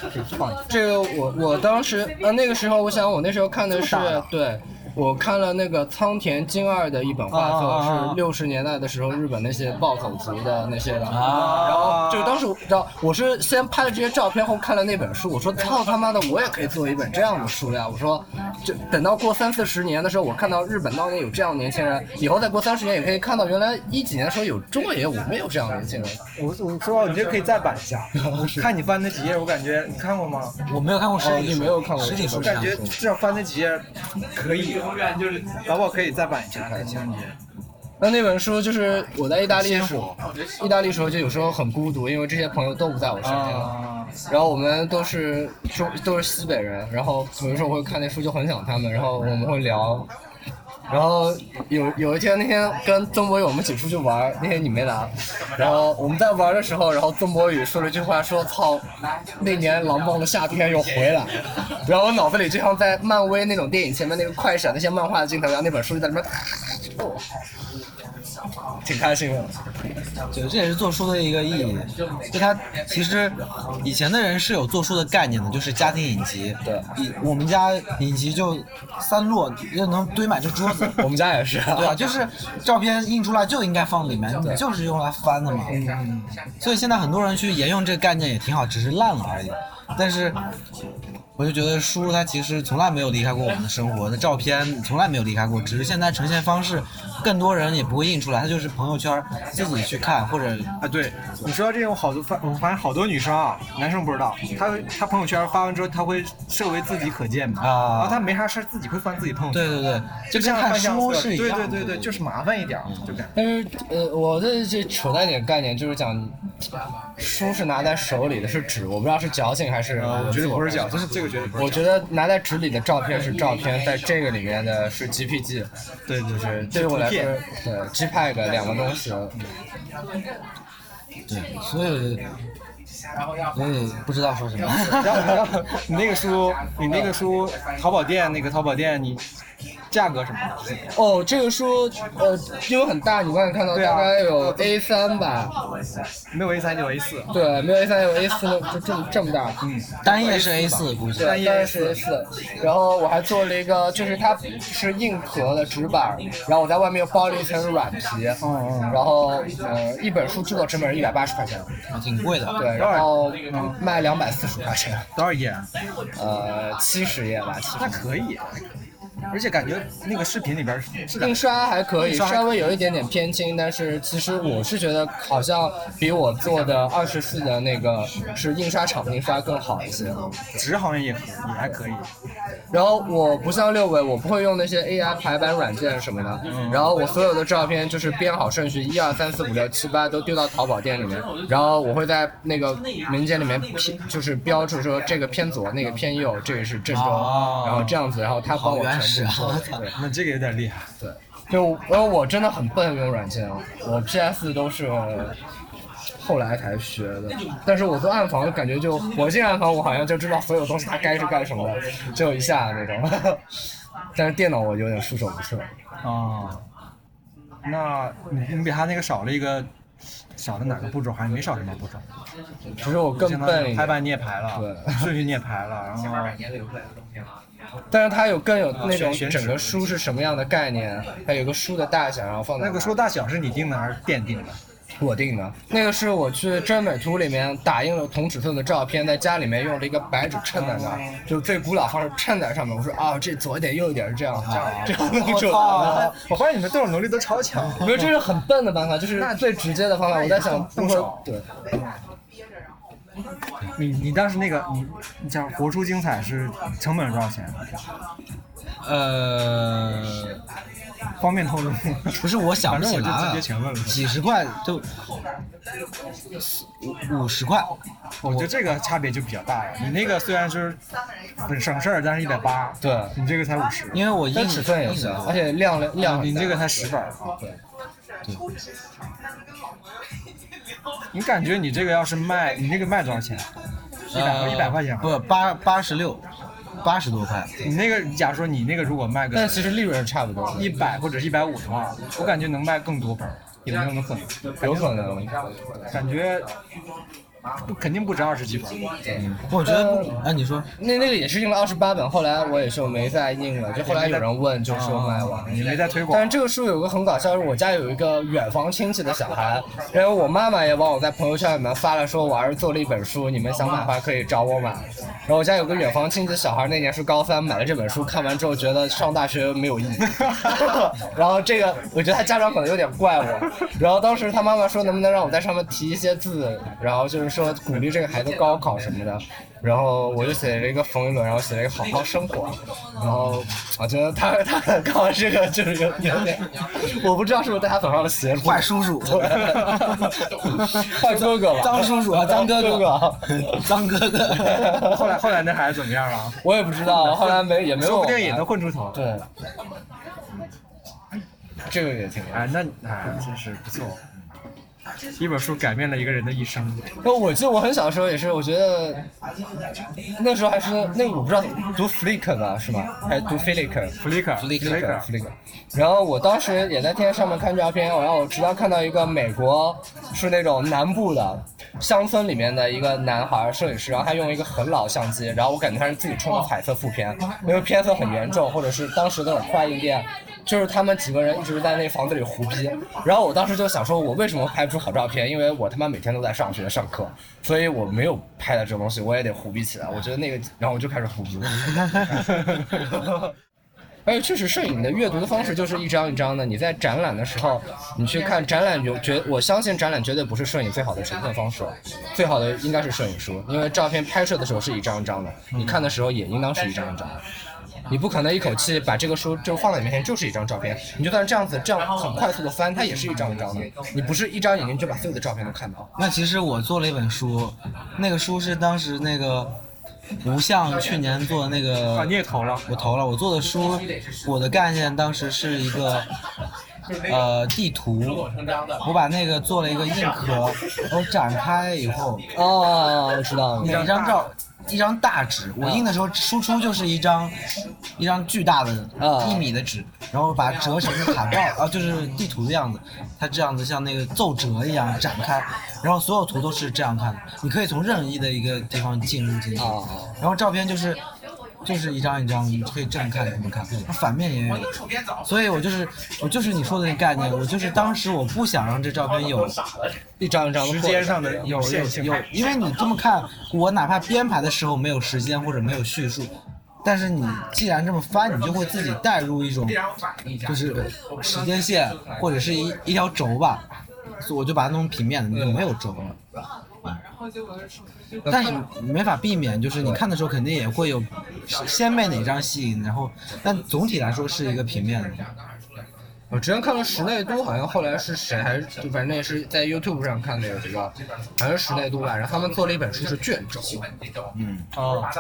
C: 这个我我当时啊那个时候，我想我那时候看的是对。我看了那个仓田京二的一本画
D: 啊啊啊啊
C: 册，是六十年代的时候日本那些爆口族的那些的，
B: 啊
C: 然后就当时我知道我是先拍了这些照片后看了那本书，我说操他妈的我也可以做一本这样的书呀！我说就等到过三四十年的时候，我看到日本当年有这样的年轻人，以后再过三十年也可以看到原来一几年的时候有中国也有我们有这样的年轻人，
D: 我我说啊你这可以再版一 下。看你翻那几页，我感觉你看过吗？
B: 我没有看过实
C: 哦
B: 体
C: 你
B: 书，
C: 没有看过
B: 实体
C: 我
B: 书
D: 我
B: 是这样
D: 感觉
B: 说的。
D: 至少翻那几页可以，淘宝可以再版一下，很情人节。
C: 那那本书就是我在意大利的时候，意大利时候就有时候很孤独，因为这些朋友都不在我身边。
D: 啊，
C: 然后我们都是中都是西北人，然后有的时候会看那书就很想他们，然后我们会聊。然后有有一天那天跟曾博宇我们一起出去玩，那天你没来，然后我们在玩的时候，然后曾博宇说了一句话，说操，那年狼邦的夏天又回来， 然后我脑子里就像在漫威那种电影前面那个快闪那些漫画的镜头一样，那本书就在里面， 挺开心的。
B: 对，这也是做书的一个意义。就它其实以前的人是有做书的概念的，就是家庭影集。
C: 对，
B: 以我们家影集就三摞，就能堆满这桌子。
C: 我们家也是、啊，
B: 对 啊，就是照片印出来就应该放里面，你就是用来翻的嘛。嗯，所以现在很多人去沿用这个概念也挺好，只是烂了而已。但是，我就觉得书它其实从来没有离开过我们的生活，那照片从来没有离开过，只是现在呈现方式，更多人也不会印出来，它就是朋友圈自己去看或者
D: 啊，对，你说到这种好多发，我发现好多女生啊，男生不知道，她会她朋友圈发完之后，她会设为自己可见嘛，然后
B: 啊，
D: 她没啥事儿自己会翻自己朋友
B: 对
D: 圈，
B: 对对，就
D: 哦就
B: 跟
D: 像
B: 看
D: 翻相
B: 书
D: 册
B: 是一
D: 对
B: 样的。
D: 对对对，嗯就是麻烦一点儿，就感觉。
C: 但是呃，我的这扯淡点概念就是讲，书是拿在手里的，是纸，我不知道是矫情还是
D: 啊嗯我觉得不是
C: 自我
D: 假，这是这个绝对不
C: 我
D: 是假。
C: 觉得拿在纸里的照片是照片，在这个里面的是 GPG，
D: 对对对，
C: 对于我来说
D: 是图片，
C: 对 JPEG 两个东西，
B: 对，所以，所以不知道说什么。
D: 然后然后你那个书，你那个书，淘宝店那个淘宝店，你价格什么的？
C: 哦，这个书呃，因为很大，你刚才看到
D: 对啊
C: 大概有 A 三吧，
D: 没有 A 三就 A 四。
C: 对，没有 A 三有 A 四，就这么这么大，嗯。
B: 单页是 A 四，估计。
C: 对，当然是 A 四。然后我还做了一个，就是它是硬壳的纸板，然后我在外面又包了一层软皮。
D: 嗯
C: 然后呃，一本书制作成本一百八十块钱，
B: 啊挺贵的。
D: 嗯
C: 对，然后卖两百四十块钱，
D: 多少页？啊
C: 呃，七十页吧，七
D: 那可以，而且感觉那个视频里边是质感
C: 印刷还可以，
D: 印刷还可以
C: 稍微有一点点偏轻，但是其实我是觉得好像比我做的二十四的那个是印刷厂印刷更好一些。
D: 值好像也可以也还可以。
C: 然后我不像六尾，我不会用那些 AI 排版软件什么的。然后我所有的照片就是编好顺序，一二三四五六七八都丢到淘宝店里面。然后我会在那个文件里面偏，就是标注说这个偏左，那个偏右，这个是郑州，
B: 哦
C: 然后这样子，然后他帮
B: 好
C: 我
B: 原始
C: 全
B: 啊
C: 部做。对
D: 那这个有点厉害。
C: 对，就因为我真的很笨用软件，啊我 PS 都是后来才学的。但是我做暗房感觉就我进暗房，我好像就知道所有东西它该是干什么的，只有一下那种。 但是电脑我有点束手无策。
D: 啊，那你你比他那个少了一个，少了哪个步骤？还是没少什么步骤？
C: 其实我更
D: 相当
C: 笨
D: 于
C: 一
D: 排
C: 点，
D: 版你也排了，
C: 对
D: 顺序你也排了，然
F: 哦
D: 后
C: 但是它有更有那种
D: 啊选选址
C: 整个书是什么样的概念，还有一个书的大小，然后放在
D: 那个
C: 哪
D: 书大小是你定的还是店定的？
C: 我定的，那个是我去真美图里面打印了同尺寸的照片，在家里面用了一个白纸衬在那儿，就是最古老方式衬在上面。我说啊，这左一点右一点是这样的，这样能准
D: 啊
C: 的。！
D: 我发现你们动手能力都超强。
C: 我觉得这是很笨的办法，就是最直接的方法。我在想，
D: 动
C: 如
D: 手
C: 何对
D: 你你当时那个你你想活出精彩是成本是多少钱？
B: 呃，
D: 方便透露吗？
B: 不是我想不起
D: 反正我就
B: 来
D: 直
B: 了
D: 接全问了，
B: 几十块就五五十块，
D: 我觉得这个差别就比较大呀。你那个虽然是很省事儿，但是一百八，
C: 对，
D: 你这个才五十，
B: 因为我
C: 但
B: 印
C: 尺寸也
D: 嗯
C: 行，而
B: 印
C: 且量量很
D: 你
C: 大
D: 这个才十本啊儿。你感觉你这个要是卖，你那个卖多少钱？啊一百
B: 呃
D: 一百块钱吧。
B: 不八八十六，八十多块。
D: 你那个假如说你那个如果卖
C: 但
D: 个
C: 其实利润是差不多的，
D: 一百或者一百五的话，我感觉能卖更多本儿，有没有那么可能？
C: 有可能。
D: 感觉不肯定不止二十几本儿。
B: 我觉得
D: 呃
B: 不，哎，你说
C: 那那个也是印了二十八本，后来我也就没再印了。就后来有人问，就说
D: 哦
C: 卖完了。
D: 你没在推
C: 但
D: 广
C: 是这个书有个很搞笑，是我家有一个远房亲戚的小孩，然后我妈妈也帮我在朋友圈里面发了，说我儿子做了一本书，你们想买的话可以找我买。然后我家有个远房亲戚小孩，那年是高三，买了这本书，看完之后觉得上大学没有意义。 然后这个我觉得他家长可能有点怪我。然后当时他妈妈说能不能让我在上面提一些字，然后就是说鼓励这个孩子高考什么的，然后我就写了一个冯一伦，然后写了一个好好生活，然后我觉得他他刚刚这个就是有有点，我不知道是不是在他头上的邪路，
B: 坏叔 叔，
C: 坏哥哥吧，
B: 脏叔叔啊，脏
C: 张哥
B: 哥哥，
C: 哥，
B: 脏哥哥。
D: 后来后来那孩子怎么样了？
C: 我也不知道，后来没也没问
D: 说
C: 我
D: 不定也能混出头。
C: 对，这个也挺难。
D: 哎，那哎，真是不错。嗯一本书改变了一个人的一生。
C: 那我记得我很小的时候也是，我觉得那时候还是那我不知道读 Flick 吧，是吗？还是读 Flick？
D: 弗里克，弗里
C: Flick Flick，然后我当时也在电视上面看照片，然后我直到看到一个美国是那种南部的乡村里面的一个男孩摄影师，然后他用一个很老相机，然后我感觉他是自己冲的彩色负片，因为片色很严重，或者是当时那种快印店，就是他们几个人一直在那房子里胡逼，然后我当时就想说，我为什么拍不出好照片？因为我他妈每天都在上学上课，所以我没有拍的这种东西，我也得胡逼起来。我觉得那个，然后我就开始胡逼。而且确实，摄影的阅读的方式就是一张一张的。你在展览的时候，你去看展览，有绝我相信展览绝对不是摄影最好的呈现方式，最好的应该是摄影书，因为照片拍摄的时候是一张一张的，你看的时候也应当是一张一张的。你不可能一口气把这个书就放在你面前就是一张照片，你就算这样子这样很快速的翻，它也是一张一张的，你不是一张眼睛就把所有的照片都看到。
B: 那其实我做了一本书，那个书是当时那个吴相去年做的那个
D: 啊，你也投了。
B: 我投了，我做的书，我的概念当时是一个呃地图，我把那个做了一个硬壳，我展开以后，
C: 哦，我知道
B: 每一张照。一张大纸，我印的时候输出就是一张，一张巨大的
C: 啊
B: 一米的纸，然后把它折成一个海报，啊，就是地图的样子，它这样子像那个奏折一样展开，然后所有图都是这样看的，你可以从任意的一个地方进入进去，
C: 啊，
B: 然后照片就是就是一张一张，你可以这样看这么看，反面也有。所以我就是我就是你说的那个概念，我就是当时我不想让这照片有
C: 一张一张的
D: 时间上的
B: 有有
D: 限性
B: 有，因为你这么看，我哪怕编排的时候没有时间或者没有叙述。但是你既然这么翻，你就会自己带入一种，就是呃时间线或者是一一条轴吧，所以我就把它弄平面的，你就没有轴了。啊哎但你没法避免，就是你看的时候肯定也会有先被哪张吸引，然后但总体来说是一个平面的。
C: 我之前看了《室内都》，好像后来是谁还是就反正也是在 YouTube 上看的，有一个，好像是《室内都》吧。然后他们做了一本书是卷轴，
D: 哦。啊，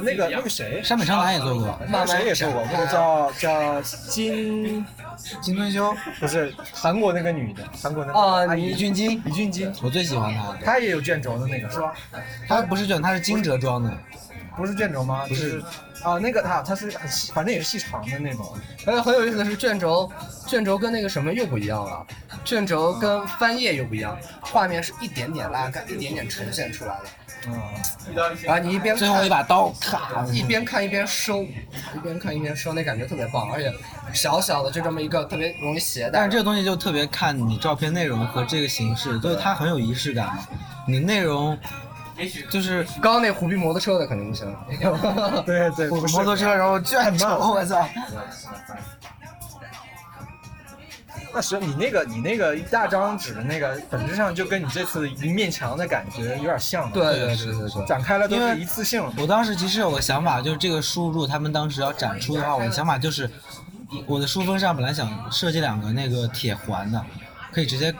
D: 那个那个谁，
B: 山本昌男也做过，
D: 那谁也是我，那个叫叫金，
B: 金春修、
D: 不是韩国那个女的，韩国那个
C: 啊
D: 阿
B: 李
D: 姨，
B: 俊金，
D: 李俊金，
B: 我最喜欢他的。
D: 她也有卷轴的那个是吧？
B: 他不是卷，他是金折装的。
D: 不是卷轴吗？
B: 不
D: 就是是啊，那个啊，它是很细，反正也是细长的那种。
C: 而且呃很有意思的是卷轴，卷轴跟那个什么又不一样了，卷轴跟翻页又不一样，画面是一点点拉开，一点点呈现出来的。
D: 嗯，
C: 然后你一边
B: 最后
C: 看
B: 一把刀，咔！
C: 一边看一边收，一边看一边收，那感觉特别棒，而且小小的就这么一个特别容易携
B: 但
C: 带
B: 是。这个东西就特别看你照片内容和这个形式，就是它很有仪式感嘛。你内容就是
C: 刚刚那虎皮摩托车的肯定不行。
D: 对对，
B: 我
D: 不是
B: 摩托车，。然后卷轴，我操！
D: 那是你那个你那个一大张纸的那个，本质上就跟你这次一面墙的感觉有点像。
C: 对，对对对对。
D: 展开了都是一次性。
B: 我当时其实有个想法，就是这个书如果他们当时要展出的话，我的想法就是，我的书封上本来想设计两个那个铁环的，可以直接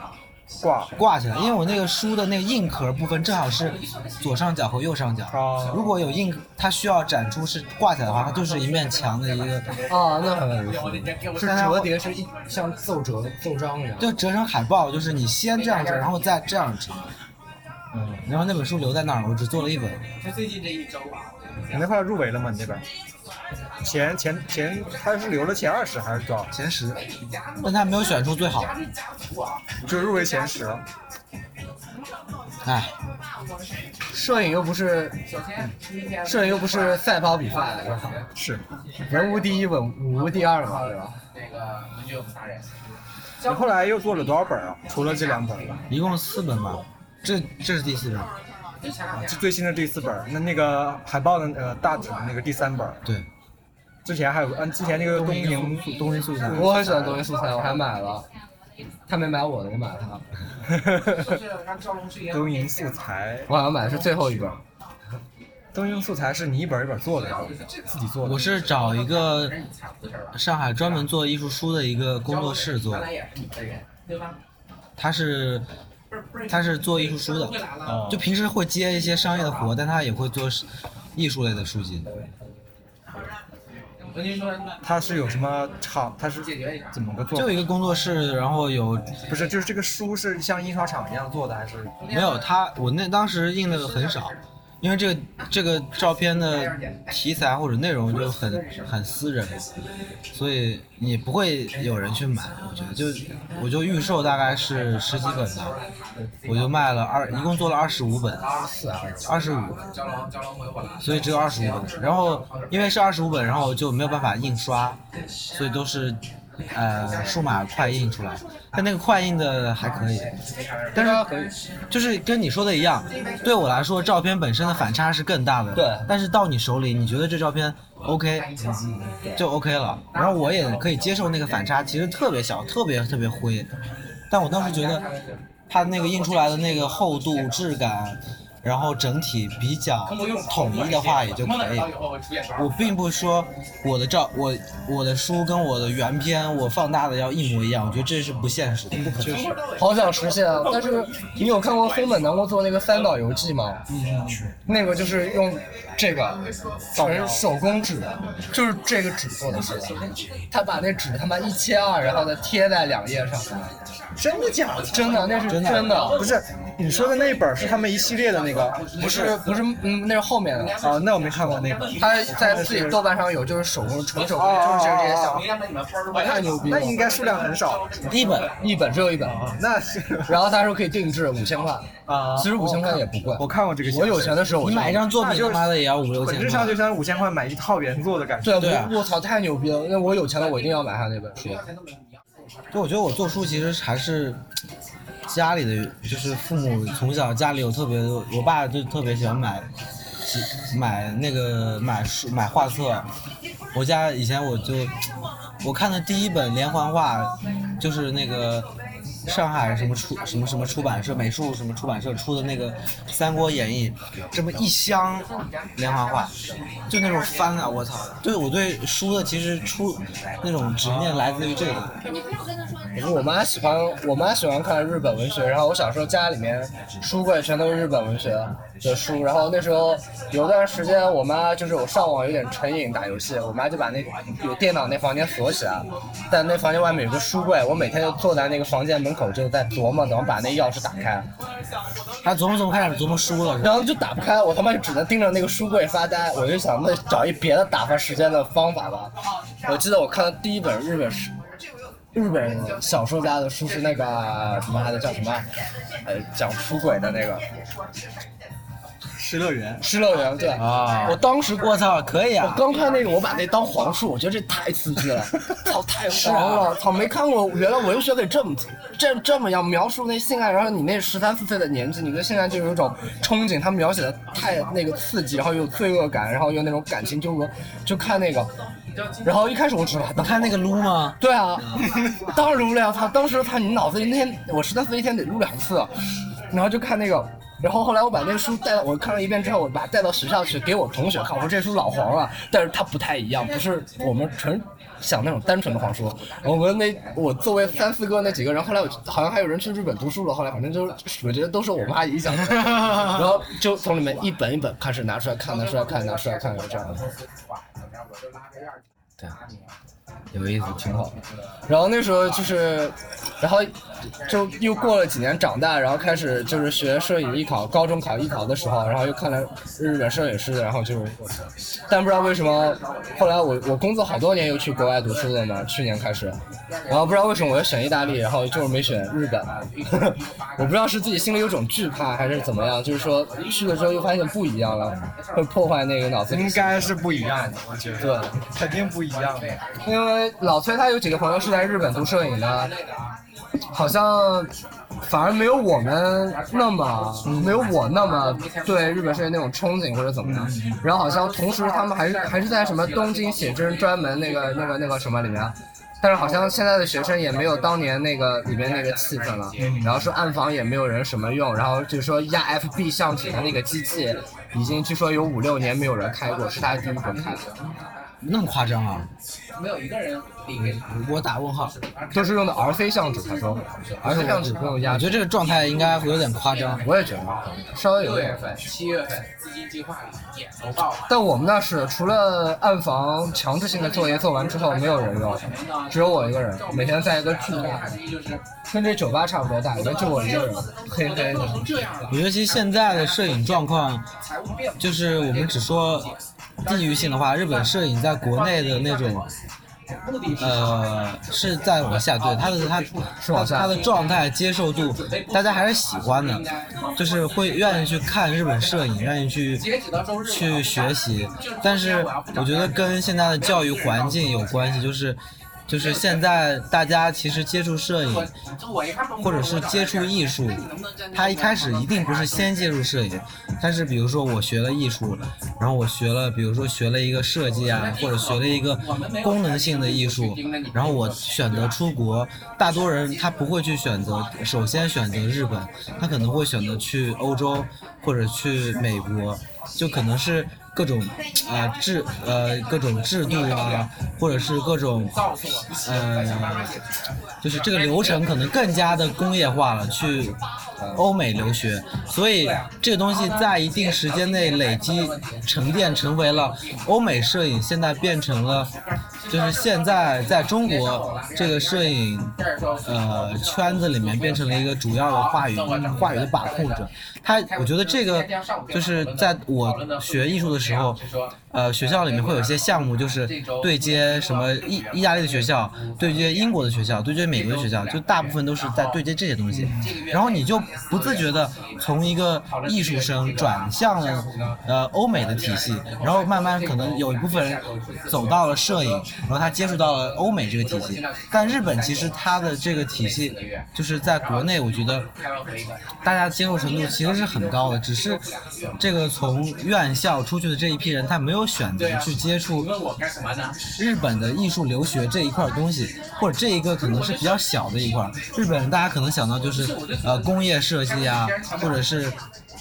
D: 挂
B: 挂起来，因为我那个书的那个硬壳部分正好是左上角和右上角。
D: 哦
B: 如果有硬，它需要展出是挂起来的话，它就是一面墙的一个，
C: 啊，那很有意思，是折叠，是一像奏折奏章一样。
B: 就折成海报，就是你先这样折，然后再这样折。嗯，然后那本书留在那儿，我只做了一本。
D: 你那块入围了吗？你那边前前前，他是留了前二十还是多少？
B: 前十，但他没有选出最好。
D: 就是入围前十。
B: 唉，
C: 摄影又不是，摄影又不是赛跑比赛，是吧
D: 是，
C: 文无第一，文武无第二嘛，对吧？
D: 你后来又做了多少本啊？除了这两本了，
B: 一共四本吧，这这是第四本。
D: 啊，这最新的第四本，那那个海报的呃大纸的那个第三本，
B: 对，
D: 之前还有个，嗯，之前那个东平
B: 东平素材，
C: 嗯我很喜欢东西素材，我还买了，他没买我的，我买了他。
D: 都营素材，
C: 我好像买的是最后一本，
D: 都营素材是你一本一本做的呀，自己做的。
B: 我是找一个上海专门做艺术书的一个工作室做的，他是他是做艺术书的，嗯
D: 啊
B: 就平时会接一些商业的活，但他也会做艺术类的书籍。
D: 它是有什么厂？它是怎么个做
B: 就
D: 法？
B: 一个工作室，然后有
D: 不是，就是这个书是像印刷厂一样做的，还是
B: 没有他？我那当时印的很少，因为这个这个照片的题材或者内容就很很私人，所以也不会有人去买。我觉得就我就预售大概是十几本吧，我就卖了二，一共做了二十五本，
C: 啊
B: 二十五，所以只有二十五本。然后因为是二十五本，然后就没有办法印刷，所以都是呃数码快印出来。但那个快印的还可以，但是就是跟你说的一样，对我来说照片本身的反差是更大的。
C: 对
B: 但是到你手里，你觉得这照片 OK，就 OK 了。然后我也可以接受那个反差，其实特别小，特别特别灰。但我当时觉得它那个印出来的那个厚度、质感，然后整体比较统一的话也就可以。我并不说我的照我我的书跟我的原片我放大的要一模一样，我觉得这是不现实的，不可能。
C: 好想实现啊！但是你有看过松本南光做那个三岛游记吗？嗯，那个就是用这个纯手工纸，就是这个纸做的是吧？他把那纸他妈一切二，然后呢贴在两页上，
D: 真的假的？
C: 真的那是真的
D: 不，是你说的那本是他们一系列的那个，
C: 不是不是嗯那是后面的。
D: 啊，那我没看过那个，
C: 他在自己豆瓣上有，就是手工纯手工，就是这些小，太牛逼了
D: 那！应该数量很少
B: 一本
C: 一本只有一本，
D: 啊。那是
C: 然后他说可以定制五千块，
D: 啊，
C: 其实五千块也不贵。
D: 我看哦过这个。
C: 我有钱的时候我
B: 你
C: 就
B: 买一张作品他妈的也要五六
D: 本
B: 千
D: 质上
B: 块
D: 就。像五千块买一套原作的感觉。
C: 对
B: 对啊
C: 啊，我我操，太牛逼了！那我有钱了，我一定要买他那本书。
B: 对，我觉得我做书其实还是家里的，就是父母从小家里有特别，我爸就特别喜欢买几买那个买书买画册。我家以前我就我看的第一本连环画就是那个。上海什么出什么什么出版社美术什么出版社出的那个《三国演义》，这么一箱连环画，就那种翻啊，我操！对我对书的其实出那种执念来自于这个，
C: 我妈喜欢，我妈喜欢看日本文学，然后我小时候家里面书柜全都是日本文学的书，然后那时候有段时间我妈就是我上网有点成瘾打游戏，我妈就把那有电脑那房间锁起来，但那房间外面有个书柜，我每天就坐在那个房间门口就在琢磨怎么把那钥匙打开，
B: 他琢磨琢磨，开始琢磨书了，是吧？
C: 然后就打不开，我他妈就只能盯着那个书柜发呆。我就想，那找一别的打发时间的方法吧。我记得我看的第一本日本书，日本小说家的书是那个什么来着，叫什么？呃，讲出轨的那个《
D: 失乐园，
C: 失乐园》对。
B: 啊
C: 我当时
B: 我操，可以
C: 我
B: 啊！
C: 刚看那个，我把那当黄书，我觉得这太刺激了，操，太黄了，操，没看过，原来文学可以这么这这么样描述那性爱，然后你那十三四岁的年纪，你对性爱就有一种憧憬，他描写的太那个刺激，然后又有罪恶感，然后又有那种感情纠葛，就看那个，然后一开始我只把它
B: 你
C: 当
B: 看那个撸吗？
C: 对啊，当然撸了呀！操，当时他你脑子里那天我实在是一天得撸两次，然后就看那个，然后后来我把那书带到我看了一遍之后，我把它带到学校去给我同学看，我说这书老黄了，但是它不太一样，不是我们纯想那种单纯的黄书。我们那我作为三四个那几个人，后来我好像还有人去日本读书了，后来反正就我觉得都是我妈影响的，然后就从里面一本一本开始拿出来看，拿出来看，拿出来看，就这样的。
B: 有意思，挺好。
C: 然后那时候就是，然后就又过了几年长大，然后开始就是学摄影艺考，高中考艺考的时候，然后又看了日本摄影师，然后就，但不知道为什么，后来我我工作好多年又去国外读书了嘛，去年开始，然后不知道为什么我又选意大利，然后就是没选日本，我不知道是自己心里有种惧怕还是怎么样，就是说去了之后又发现不一样了，会破坏那个脑子里
D: 应该是不一样的，我觉得
C: 对。
D: 肯定不一样的。
C: 因为老崔他有几个朋友是在日本读摄影的，好像反而没有我们那么、没有我那么对日本摄影那种憧憬或者怎么样。然后好像同时他们还是还是在什么东京写真专门那个那个那个什么里面。啊但是好像现在的学生也没有当年那个里面那个气氛了，然后说暗房也没有人什么用，然后就说压 FB 相纸的那个机器，已经据说有五六年没有人开过，是他第一个开的，
B: 那么夸张啊？
F: 没有一个人理会他。
B: 我打问号。
C: 都是用的 RC 相纸，他说 RC 相纸不用压
B: 我觉
C: 纸，
B: 得这个状态应该会有点夸张。
C: 我也觉得稍微有
F: 六
C: 点
F: 月。份、七月份资金计划里也投报了，
C: 但我们那是除了暗房强制性的作业做完之后，没有人用，只有我一个人，每天在一个巨大的，跟这酒吧差不多大，里面就我一个人，黑黑的。
B: 我觉得其实现在的摄影状况，就是我们只说地域性的话，日本摄影在国内的那种，呃，是在往下坠，它的它
C: 是往下
B: 它的状态接受度，大家还是喜欢的，就是会愿意去看日本摄影，愿意去
F: 截止到周日
B: 去学习，但是我觉得跟现在的教育环境有关系，就是就是现在大家其实接触摄影，或者是接触艺术，他一开始一定不是先接触摄影，他是比如说我学了艺术，然后我学了，比如说学了一个设计啊，或者学了一个功能性的艺术，然后我选择出国，大多人他不会去选择，首先选择日本，他可能会选择去欧洲或者去美国，就可能是各种啊、制呃各种制度啊，或者是各种呃，就是这个流程可能更加的工业化了，去欧美留学，所以这个东西在一定时间内累积沉淀，成为了欧美摄影现在变成了，就是现在在中国这个摄影呃圈子里面变成了一个主要的话语话语的把控者。他我觉得这个就是在我学艺术的时候，呃，学校里面会有一些项目，就是对接什么意意大利的学校，对接英国的学校，对接美国的学校，就大部分都是在对接这些东西。然后你就不自觉的从一个艺术生转向了呃欧美的体系，然后慢慢可能有一部分人走到了摄影，然后他接触到了欧美这个体系。但日本其实它的这个体系，就是在国内，我觉得大家接受程度其实是很高的，只是这个从院校出去的这一批人，他没有选择去接触日本的艺术留学这一块东西，或者这一个可能是比较小的一块。日本人大家可能想到就是呃工业设计啊，或者是。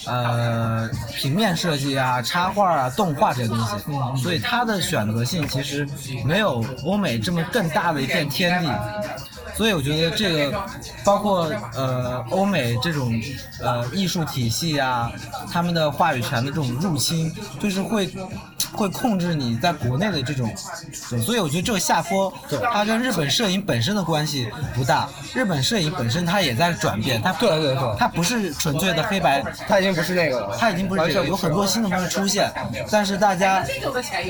B: 呃，平面设计啊、插画啊、动画这些东西，所以它的选择性其实没有欧美这么更大的一片天地。所以我觉得这个包括呃欧美这种呃艺术体系啊，他们的话语权的这种入侵，就是会会控制你在国内的这种，所以我觉得这个下坡，它跟日本摄影本身的关系不大。日本摄影本身它也在转变，它
C: 对对对
B: 它不是纯粹的黑白，
C: 他已经不是那个了，
B: 它已经不是这个，有很多新的东西出现，但是大家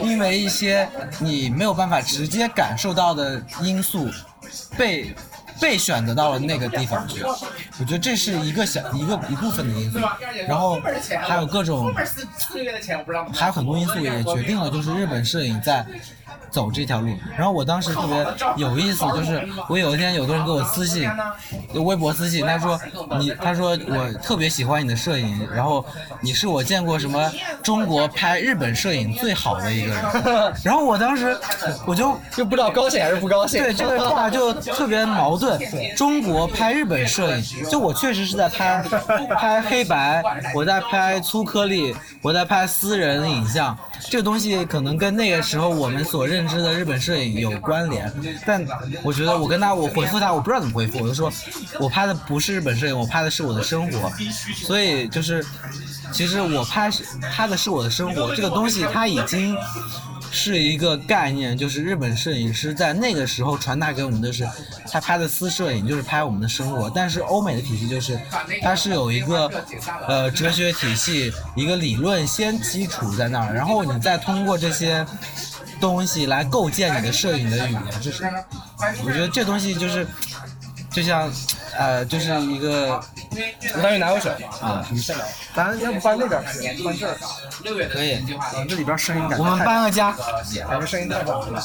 B: 因为一些你没有办法直接感受到的因素，被被选择到了那个地方去。我觉得这是一个小一个一部分的因素，然后还有各种，还有很多因素也决定了就是日本摄影在。走这条路，然后我当时特别有意思，就是我有一天有个人给我私信，微博私信，他说你，他说我特别喜欢你的摄影，然后你是我见过什么中国拍日本摄影最好的一个人， 然后我当时我就
C: 就不知道高兴还是不高兴。
B: 对这 个话就特别矛盾。中国拍日本摄影，就我确实是在拍拍黑白，我在拍粗颗粒，我在拍私人影像。这个东西可能跟那个时候我们所认知的日本摄影有关联，但我觉得我跟他我回复他，我不知道怎么回复，我就说我拍的不是日本摄影，我拍的是我的生活。所以就是，其实我拍是拍的是我的生活，这个东西它已经。是一个概念，就是日本摄影师在那个时候传达给我们的是，他拍的私摄影就是拍我们的生活，但是欧美的体系就是，它是有一个呃哲学体系，一个理论先基础在那儿，然后你再通过这些东西来构建你的摄影的语言，这是我觉得这东西就是就像呃就是一个
C: 我上去拿口水。
B: 啊、
D: 咱要不搬那边去，搬这儿，
B: 可以，
D: 啊
B: 啊
D: 这里边声音感觉
B: 我们
D: 太大
B: 呃搬个家。
D: 咱们声音太大了。